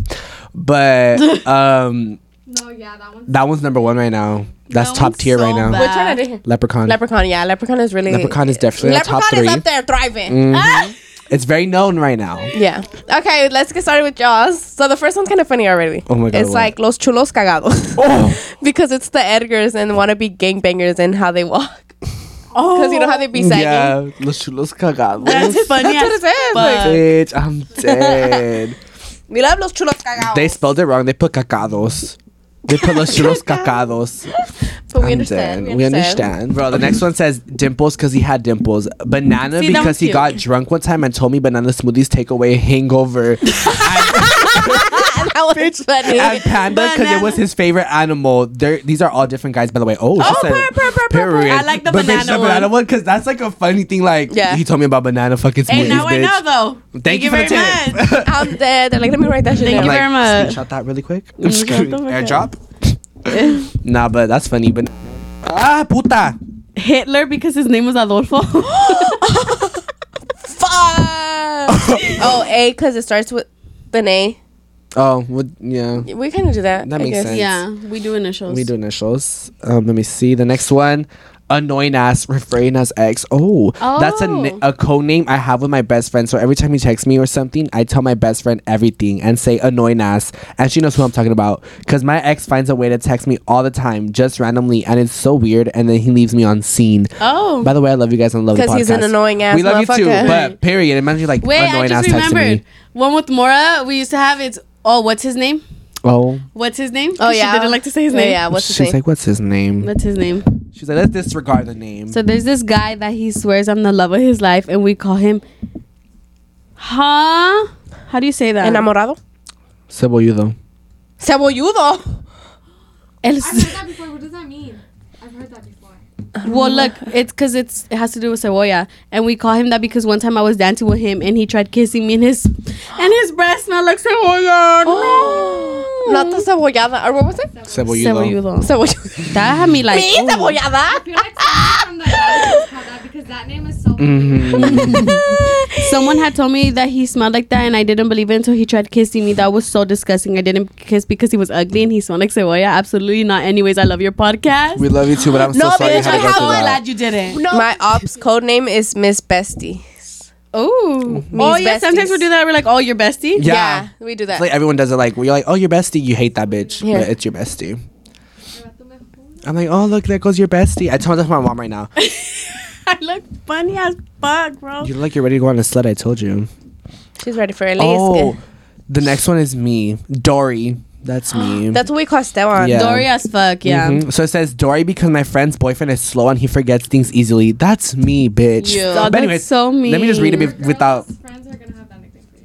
but um, No, yeah, that one's that one's number one right now. That's That top one's tier so right now. bad. Which one I did here? Leprechaun. Leprechaun, yeah, Leprechaun is really Leprechaun is definitely our Leprechaun top is three. Mm. up there thriving. Ah! Mm-hmm. It's very known right now. Yeah. Okay, let's get started with Jaws. So the first one's kind of funny already. Oh my God, It's what? like Los Chulos Cagados. Oh, because it's the Edgars and wannabe gangbangers and how they walk. Oh, Because you know how they be sagging. yeah, los chulos cagados. That's funny. That's what as it is, fuck. Bitch, I'm dead. We love Los Chulos Cagados. They spelled it wrong. They put cacados. They put los chulos cacados. but we I'm understand, dead. We understand. Bro, the next one says dimples because he had dimples. Banana See, that because one's he cute. got drunk one time and told me banana smoothies take away hangover. that was funny. and panda because it Banana. was his favorite animal. They're, these are all different guys, by the way. Oh, she Oh, said per- per- per- per- per. period. I like the But bitch, banana the banana one because that's like a funny thing. Like, Yeah. he told me about banana fucking smoothies. Hey, now I bitch. know though. Thank, you, for the tip. much. I'm dead. They're like, let me write that shit Thank down. you very much. Screenshot that really quick. I'm just kidding. What the Airdrop. nah, but that's funny. But ah, puta. Hitler because his name was Adolfo. Fuck. oh, A, because it starts with an A. Oh, what? Yeah. We kind of do that. That I makes guess. sense. yeah, we do initials. We do initials. Um, let me see the next one. Annoying ass, refrain as ex. Oh, that's a, ni- Oh. a code name I have with my best friend. So every time he texts me or something, I tell my best friend everything and say annoying ass, and she knows who I'm talking about. Cause my ex finds a way to text me all the time, just randomly, and it's so weird. And then he leaves me on scene. Oh. By the way, I love you guys and love the podcast. Because he's an annoying ass We love you too, motherfucker. but period. Imagine you like Wait, I annoying ass just texting me. remembered one with Mora. We used to have it's. Oh, what's his name? Oh, What's his name? Oh, she yeah. didn't like to say his Yeah, name. yeah, what's his she's name? like, what's his name? What's his name? She's like, let's disregard the name. So there's this guy that he swears I'm the love of his life, and we call him, huh? How do you say that? Enamorado. Cebolludo. Cebolludo. El- I've heard that before. What does that mean? I've heard that before. well, look, it's because it's it has to do with cebolla, and we call him that because one time I was dancing with him and he tried kissing me and his and his breath smelled like cebolla. No. Not the cebollada. Or what was it? Cebolludo. Cebolludo. That had me like. oh. Me oh. ooh. I feel like someone from the valley is called that because that name is so. Mm-hmm. Someone had told me that he smelled like that, and I didn't believe it until he tried kissing me. That was so disgusting. I didn't kiss because he was ugly and he smelled like cebolla. Absolutely not. Anyways, I love your podcast. We love you too, but I'm so No, sorry you bitch, had I to go have through one. that. you didn't. No. My ops code name is Miss Bestie. Oh, oh yeah. besties. Sometimes we do that. We're like, oh, you're bestie. Yeah. we do that. It's like everyone does it. Like well, you're like, oh, your bestie. You hate that bitch. Yeah. Yeah, it's your bestie. I'm like, oh look, there goes your bestie. I told that to my mom right now. I look funny as fuck, bro. You look like you're ready to go on a sled. I told you. She's ready for Alaska. Oh, the next one is me, Dory. That's me. That's what we call Esteban. Yeah. Dory as fuck. Yeah. Mhm. So it says Dory because my friend's boyfriend is slow and he forgets things easily. That's me, bitch. Yeah. Oh, But that's anyways, so Let me just read it mean. bef- without. Friends are gonna have that nickname for you.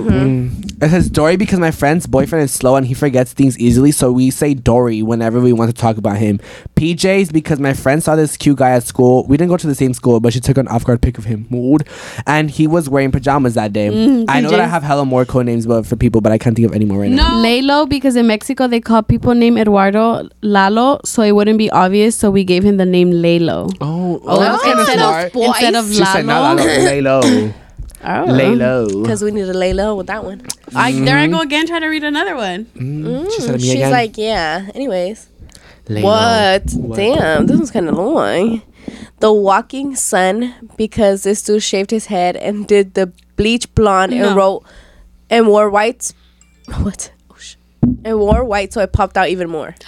Mm. It says Dory because my friend's boyfriend is slow and he forgets things easily, so we say Dory whenever we want to talk about him. PJs because my friend saw this cute guy at school. We didn't go to the same school, but she took an off guard pic of him. Mood. And he was wearing pajamas that day. I know that I PJs. have hella more code names but for people, but I can't think of any more right now. No. Lalo, because in Mexico they call people named Eduardo Lalo, so it wouldn't be obvious, so we gave him the name Lalo. Oh, Oh, that's instead kind of of smart. boys. Instead of She said, no, Lalo. Lalo. Lay low. Oh. Lay low. Because we need to lay low with that one. I, there Mm-hmm. I go again trying to read another one. Mm, She said to me She's again. like, yeah. Anyways. Lay low. What? What? Damn, this one's kind of long. The Walking Sun, because this dude shaved his head and did the bleach blonde No. and wrote and wore white. What? Oh, sh- and wore white, so it popped out even more.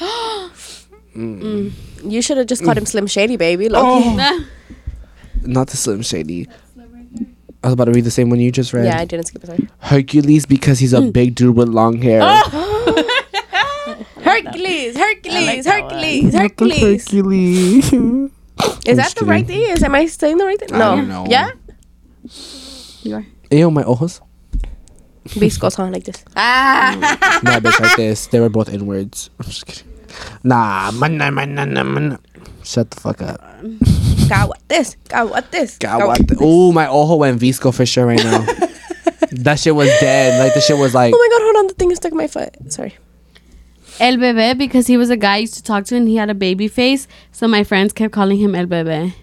Mm. Mm, You should have just called him Slim Shady, baby. Look. Oh, Not the Slim Shady. I was about to read the same one you just read. Yeah, I Hmm. didn't skip it. Sorry. Hercules because he's a big dude with long hair. Oh, Hercules, Hercules, that one. Hercules, Not the Hercules. Hercules. Is I'm that just the right thing? Is am I saying the right thing? I No. don't know. Yeah. Ew, my ojos. Beast goes on like this. No, bitch, like this. They were both inwards. I'm just kidding. Nah, man, nah, man, nah, nah, man. Shut the fuck up. God, what this? God, what this? God, what? The- Ooh, my ojo went visco for sure right now. that shit was dead. Like the shit was like. Oh my god, hold on. The thing is stuck in my foot. Sorry. El Bebe, because he was a guy I used to talk to and he had a baby face, so my friends kept calling him El Bebe.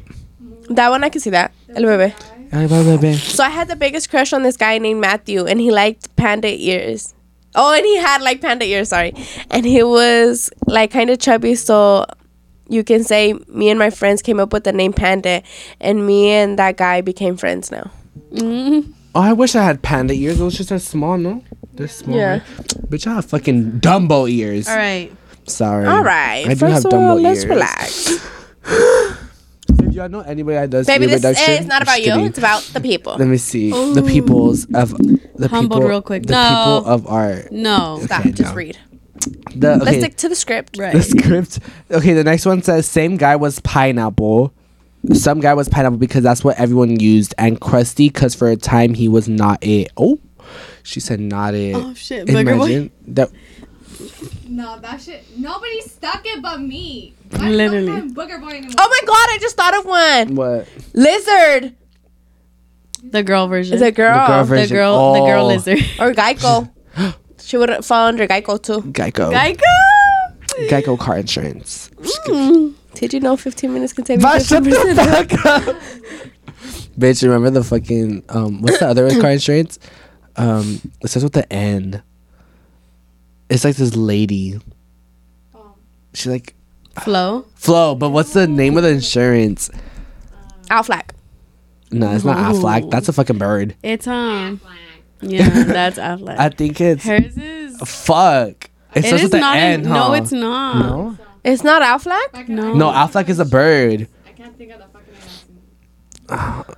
That one, I can see that. El bebé. Ay, bye, bye, bye. So I had the biggest crush on this guy named Matthew, and he liked panda ears. Oh, and he had like panda ears, sorry. And he was like kind of chubby, so you can say me and my friends came up with the name Panda, and me and that guy became friends now. Mm. Oh, I wish I had panda ears. Those just are small, no? They're small. Yeah. right? Bitch, I have fucking Dumbo ears. All right. Sorry. All right. I do First have of Dumbo all, let's ears. relax. If y'all know anybody that does Baby, ear this reduction, is not I'm about just you. kidding. It's about the people. Let me see. The peoples of the Humbled people. real quick. The No. people of art. No. Stop. Okay, just no. read. The okay. Let's stick to the script. Right. the script. Okay, the next one says same guy was pineapple. Some guy was pineapple because that's what everyone used, and crusty because for a time he was not it. Oh, she said not it. Oh, shit. Booger boy. Imagine that. No, that shit. Nobody stuck it but me. Why Literally. Don't have booger boy anymore. Oh my god, I just thought of one. What Lizard The girl version. is a girl. the girl the version. girl, the girl Oh, lizard. Or Geico. she would fall under Geico too. Geico. Geico. Geico car insurance. Did you know 15 minutes can save you But shut 15 the fuck up. Bitch, remember the fucking um what's the other car insurance? Um it starts with the N. It's like this lady. Oh. She like Flo. Flo, but what's the name of the insurance? Outflack. No, it's not Aflac. That's a fucking bird. It's um. Yeah, that's Affleck. I think it's Hers is. fuck. It, It starts is with the not. N, a, huh? No, it's not. No? It's not Outflack? I can't- No. No, Aflac is a bird. I can't think of the fucking last name.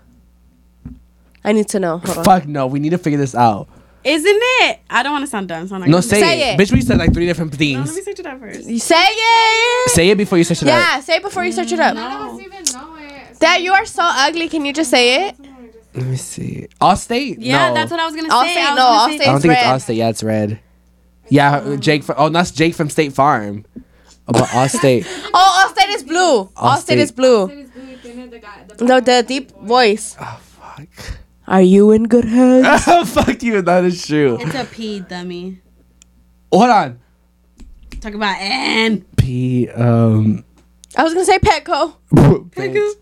I need to know. Hold on. Fuck no, we need to figure this out. Isn't it? I don't want to sound dumb. So I'm not No, gonna- say, Say it. it. Bitch, we said like three different No, let me things. search it up first. You say it. Say it before you search it up. yeah, say it before you search it up. None of us even know it. Dad, you are so ugly. Can you just say it? Someone just Let me see. Allstate? Yeah, no. that's what I was gonna say. I'll say I was no, gonna I'll say- say I don't It's think red. it's Allstate. Yeah, it's red. Yeah, Jake. From, oh, that's Jake from State Farm. Oh, But Allstate. Oh, Allstate is blue. Allstate Allstate. is blue. It's blue, tiene the guy- the No, the deep voice. oh fuck. Are you in good hands? fuck you. That is true. It's a P dummy. Hold on. Talk about N. P. Um. I was gonna say Petco. thanks. Oh.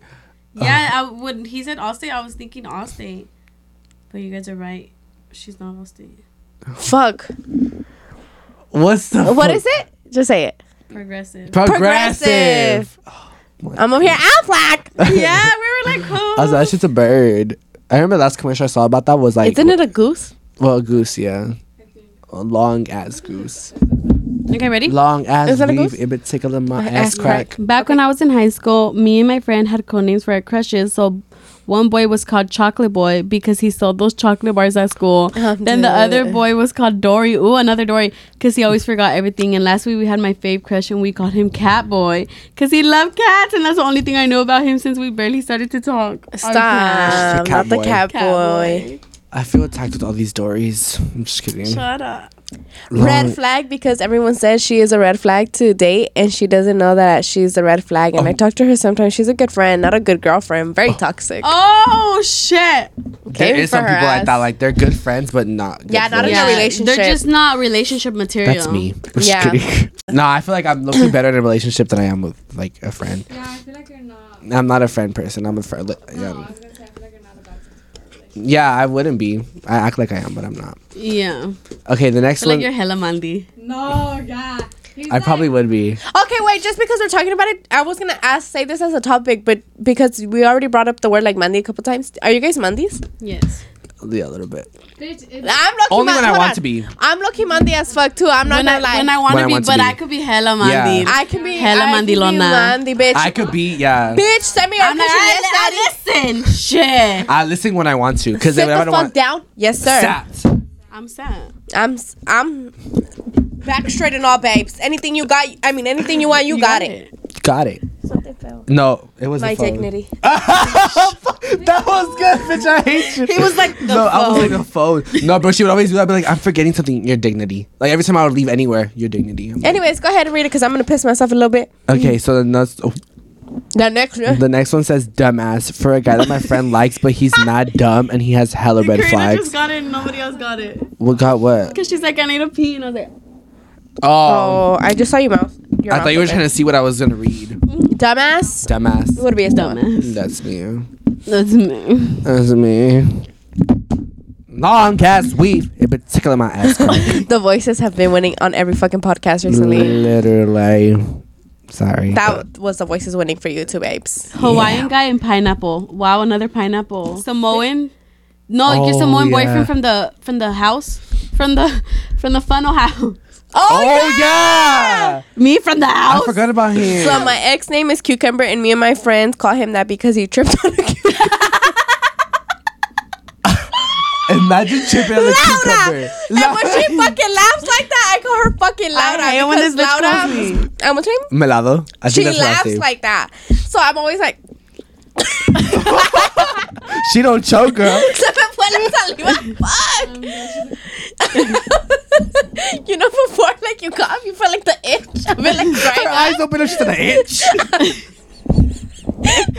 Yeah, I, when he said Allstate, I was thinking Allstate, but you guys are right. She's not Allstate. Fuck. What's the? What is it? Just say it. Progressive. Progressive. I'm over here. Outflack. yeah, we were like, oh. I was like, that shit's a bird. I remember last commercial I saw about that was like, Isn't it a goose? well, a goose, yeah, a long ass goose, okay, ready? long ass Is that a leaf, goose? it been tickling my ass crack. Back when I was in high school, me and my friend had code names for our crushes. So one boy was called Chocolate Boy because he sold those chocolate bars at school. Oh, then the dude. other boy was called Dory. Ooh, another Dory because he always forgot everything. And last week we had my fave crush and we called him Cat Boy because he loved cats. And that's the only thing I know about him since we barely started to talk. Our cat. Stop. Um, The Not the cowboy. cat Cat boy. boy. I feel attacked with all these Dories. I'm just kidding. Shut up. Long- Red flag because everyone says she is a red flag to date and she doesn't know that she's a red flag. And I talk to her sometimes. She's a good friend, not a good girlfriend. Very toxic. Oh, shit. There Came is for some her people like that, ass. like they're good friends, but not. Good Yeah, not in a friends. Yeah. relationship. They're just not relationship material. That's me. I'm just Yeah. kidding. no, I feel like I'm looking better in a relationship than I am with like a friend. Yeah, I feel like you're not. I'm not a friend person. I'm a friend. No, I Yeah. was gonna say I feel like you're not about to. yeah, I wouldn't be. I act like I am, but I'm not. Yeah. Okay, the next So like one. you're hella Mandy. No, yeah. He's I probably would be. Okay, wait. Just because we're talking about it, I was gonna ask, say this as a topic, but because we already brought up the word like Monday a couple times. Are you guys Mondays? Yes. Yeah, a little bit. like, bitch, it's I'm lucky. Only when I hold want on. to be. I'm lucky Monday as fuck too. I'm not when I, gonna lie. when I want When I to be, want to but be. I could be hella Mandy. Yeah. I can be Hella I can be mandilona. Monday, bitch. I could be. Yeah. bitch, send me your I'm question. Yes, like, daddy. I, I listen. Shit. I listen when I want to, because Sit if the I fuck don't want. down. Yes, sir. Sat. I'm sad. I'm s- I'm back straight and all, babes. Anything you got, I mean, anything you want, you, got, it. Got it. No, it was My a phone. dignity. that was good, bitch. I hate you. He was like, the no, I was like phone. the phone. No, bro, she would always do that. Be like, I'm forgetting something. Your dignity. Like every time I would leave anywhere, your dignity. I'm like- Anyways, go ahead and read it because I'm gonna piss myself a little bit. okay, so then that's oh, The next one. the next one says dumbass for a guy that my friend likes, but he's not dumb and he has hella red flags. got it. Nobody else got it. What got what? Cause she's like, I need a pee, and I was like, Oh, Oh, I just saw your mouth. Your I mouth thought you were open. trying to see what I was gonna read. Dumbass. Dumbass. Would be a dumbass. dumbass. That's me. That's me. That's me. Long ass weave. It been tickling my ass. crack. The voices have been winning on every fucking podcast recently. Literally. Sorry. That was the voices winning for you two babes. Hawaiian guy and pineapple. Wow, another pineapple. Samoan. No, your Oh, Samoan yeah. boyfriend from the from the house, from the from the funnel house. Oh, yeah! Me from the house. I forgot about him. So my ex name is Cucumber, and me and my friends call him that because he tripped on a cucumber. Imagine tripping on a cucumber. Laura. And when she La- fucking laughs like that, I call her fucking Laura. I hate when because this bitch calls Laura- I'm a team. Melado. I She think that's her last laughs name. like that, so I'm always like. she don't choke, girl. Se me fue la saliva. Fuck. you know, before like you cough, you felt like the itch. I've been like her dry. eyes open up. She's like, itch.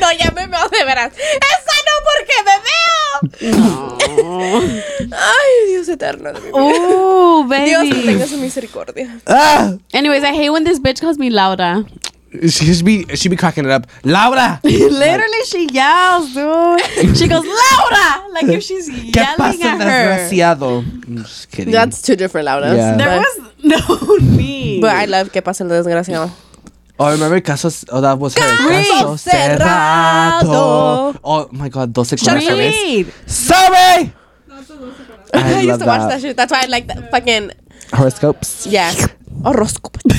no, ya me veo de veras. Esa no porque me veo. Ay, Dios eterno de mi vida. Ooh, Dios que baby. tenga su misericordia. ah. Anyways, I hate when this bitch calls me Laura. She should be, she be cracking it up. Laura. Literally, she yells, dude. She goes, Laura! Like if she's ¿Qué yelling pasa, at her. desgraciado? I'm just kidding. That's two different laudas. Yeah. There But, was no need. but I love que pasa el desgraciado. Oh, remember Casos? Oh, that was her. Caso cerrado. Oh my God, dos Shut up, extrañas. Reed. Sorry. Sorry. Read. not the most about it. I, I used love to watch that that. shit. That's why I like that fucking Horoscopes. yeah. Horóscopo. ¡De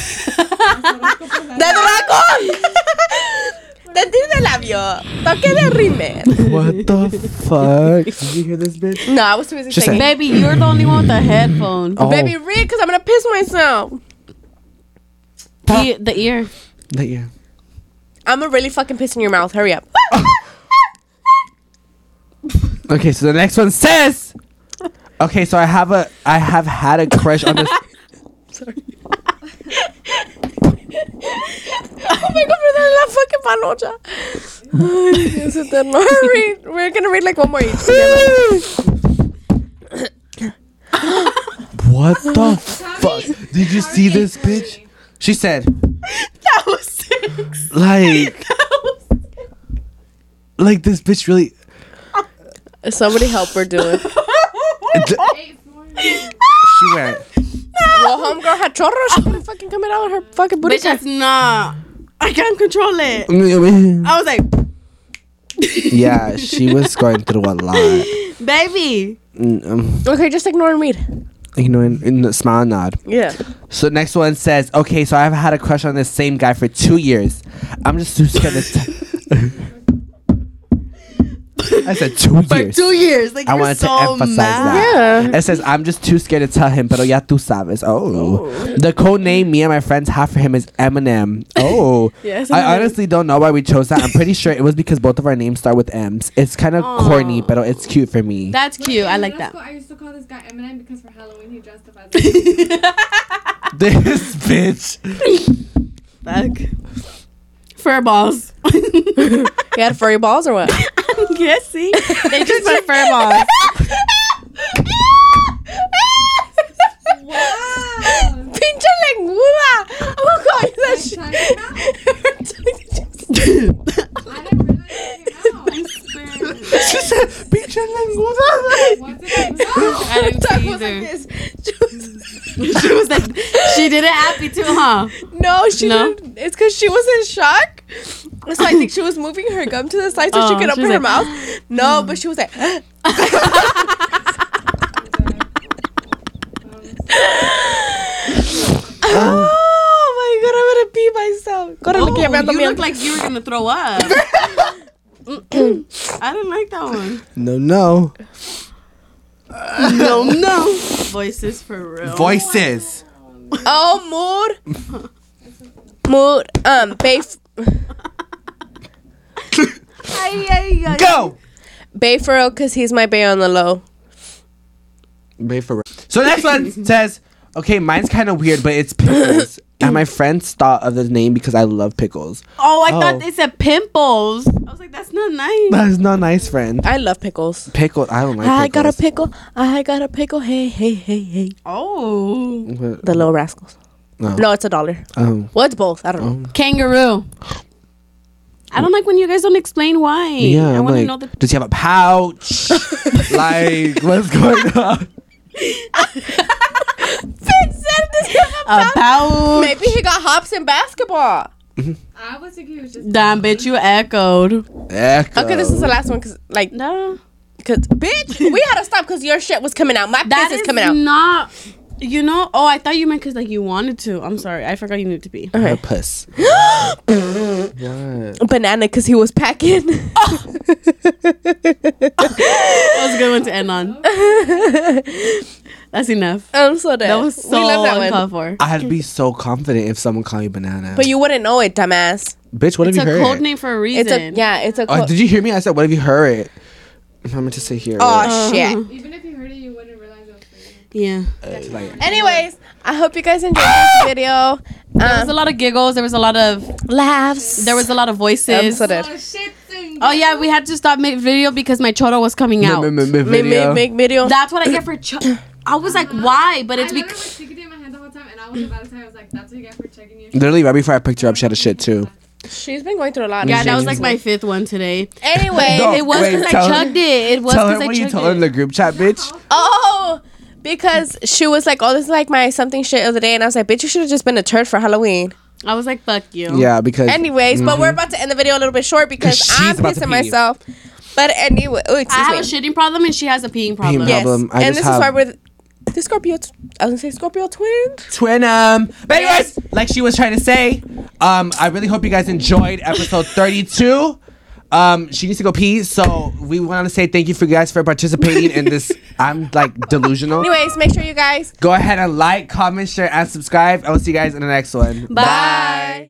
dragón! ¡De tiro de labio! ¡Toque de rímel! What the fuck? Did you hear this, bitch? No, I was too busy Just singing. Baby, you're the only one with the headphone. Oh, Baby, read, because I'm going to piss myself. The, the ear. that- yeah. I'm going to really fucking piss in your mouth. Hurry up. Okay, so the next one says. Okay, so I have a I have had a crush on this. oh my god, pero dale la fucking panocha. Ay, Dios eterno. Read. We're gonna read like one more each. what the fuck? Did you see this bitch? She said, That was six. like, like this bitch really. Somebody help her do it. d- Eight, four, She went. Well, homegirl had chorros. She couldn't fucking come out of her fucking booty. Bitch, that's not. I can't control it. I was like, yeah, she was going through a lot. baby. Mm, Um, Okay, just ignore and read. you know, in, in the smile and nod. Yeah. So next one says, okay, so I've had a crush on this same guy for two years. I'm just too scared to. I said two For years. two years. Like, I you're wanted so to emphasize mad. that. It says, I'm just too scared to tell him, pero ya tú sabes. Oh. The code name me and my friends have for him is Eminem. Oh. Yes, I Eminem. honestly don't know why we chose that. I'm pretty sure it was because both of our names start with M's. It's kind of corny, pero it's cute for me. That's cute. I in like that. middle School, I used to call this guy Eminem because for Halloween he dressed up as. Eminem. this bitch. Fuck. Fur balls. You had furry balls or what? I'm guessing. They just put fur balls. Wow. Pinche lengua. Oh god, that shit. Like Her I didn't realize it came out. She said, "Pinche lenguada." What did I know? I didn't tongue see was like either. this. She was- She was like, she did it happy too, huh? No, she No? didn't. It's because she was in shock. So I think she was moving her gum to the side so she Oh, could she open was her mouth. like, No, but she was like, Oh oh my god, I'm gonna pee myself. Corre, Oh, que ya me ando you look meando. like you were gonna throw up. I didn't like that one. No, no. Oh No, no. Voices for real. Voices. Oh, mood. mood. Um, babe. Ay, ay, ay. Go. Bay for real, cause he's my bay on the low. Wait for. So next one says, "Okay, mine's kind of weird, but it's pickles." and my friends thought of the name because I love pickles. Oh, I Oh. thought they said pimples. I was like, that's not nice. That is not nice, friend. I love pickles. Pickle. I don't like. I got a pickles. pickle. I got a pickle. Hey, hey, hey, hey. Oh. What- The little rascals. No. No, it's a dollar. Um, Well, it's both. I don't know. Kangaroo. I don't like when you guys don't explain why. yeah. I I'm want to like, know the. does he have a pouch? like, what's going on? A pouch. Maybe he got hops in basketball. I was thinking he was just. Damn, bitch, you echoed. Echo. Okay, this is the last one because, like, No. because, bitch, we had to stop because your shit was coming out. My That piss is is coming out. not. You know? Oh, I thought you meant because like you wanted to. I'm sorry, I forgot you need to be. A puss. What? Banana because he was packing. That was a good one to end on. That's enough. I'm so dead. That was so we love that one. uncalled for. I'd be so confident if someone called me banana. But you wouldn't know it, dumbass. bitch, what It's a have you heard? code name for a reason. It's a yeah. It's a. Oh, co- did you hear me? I said, what have you heard? I'm meant to say here. oh shit. Even if you heard it, you wouldn't realize it was for you. Yeah. like, Anyways, I hope you guys enjoyed this video. There was a Um, lot of giggles. There was a lot of. laughs. There was a lot of I'm voices. so dead. Oh shit! Oh yeah, we had to stop mid video because my choro was coming out. M- m- m- Make, video. make, make video. That's what I get for. Cho- I was like, why? But I it's literally because. was thinking it in my head the whole time, and I was about to say, I was like, "That's what you get for checking your." Literally right before I picked her up, she had a shit too. She's been going through a lot. Yeah, that was like my fifth one today. Anyway, No. It was Oh, Wait, because I tell her- chugged it. It was Tell her because I what you chugged told her in it. the group chat, bitch. oh, because she was like, "Oh, this is like my something shit of the day," and I was like, "Bitch, you should have just been a turd for Halloween." I was like, fuck you. Yeah, because Anyways, but we're about to end the video a little bit short because 'Cause Mm-hmm. she's I'm about to pissing pee. myself. But anyway, oh, excuse I have me. a shitting problem and she has a peeing problem. yes, problem. I and just this have- is why we're the, the Scorpio. T- I was gonna say Scorpio twins. twin um. But anyways, Yes. like she was trying to say, um, I really hope you guys enjoyed episode 32. Um, she needs to go pee, so we want to say thank you for you guys for participating in this. I'm like delusional. Anyways, make sure you guys. Go ahead and like, comment, share, and subscribe. I will see you guys in the next one. Bye.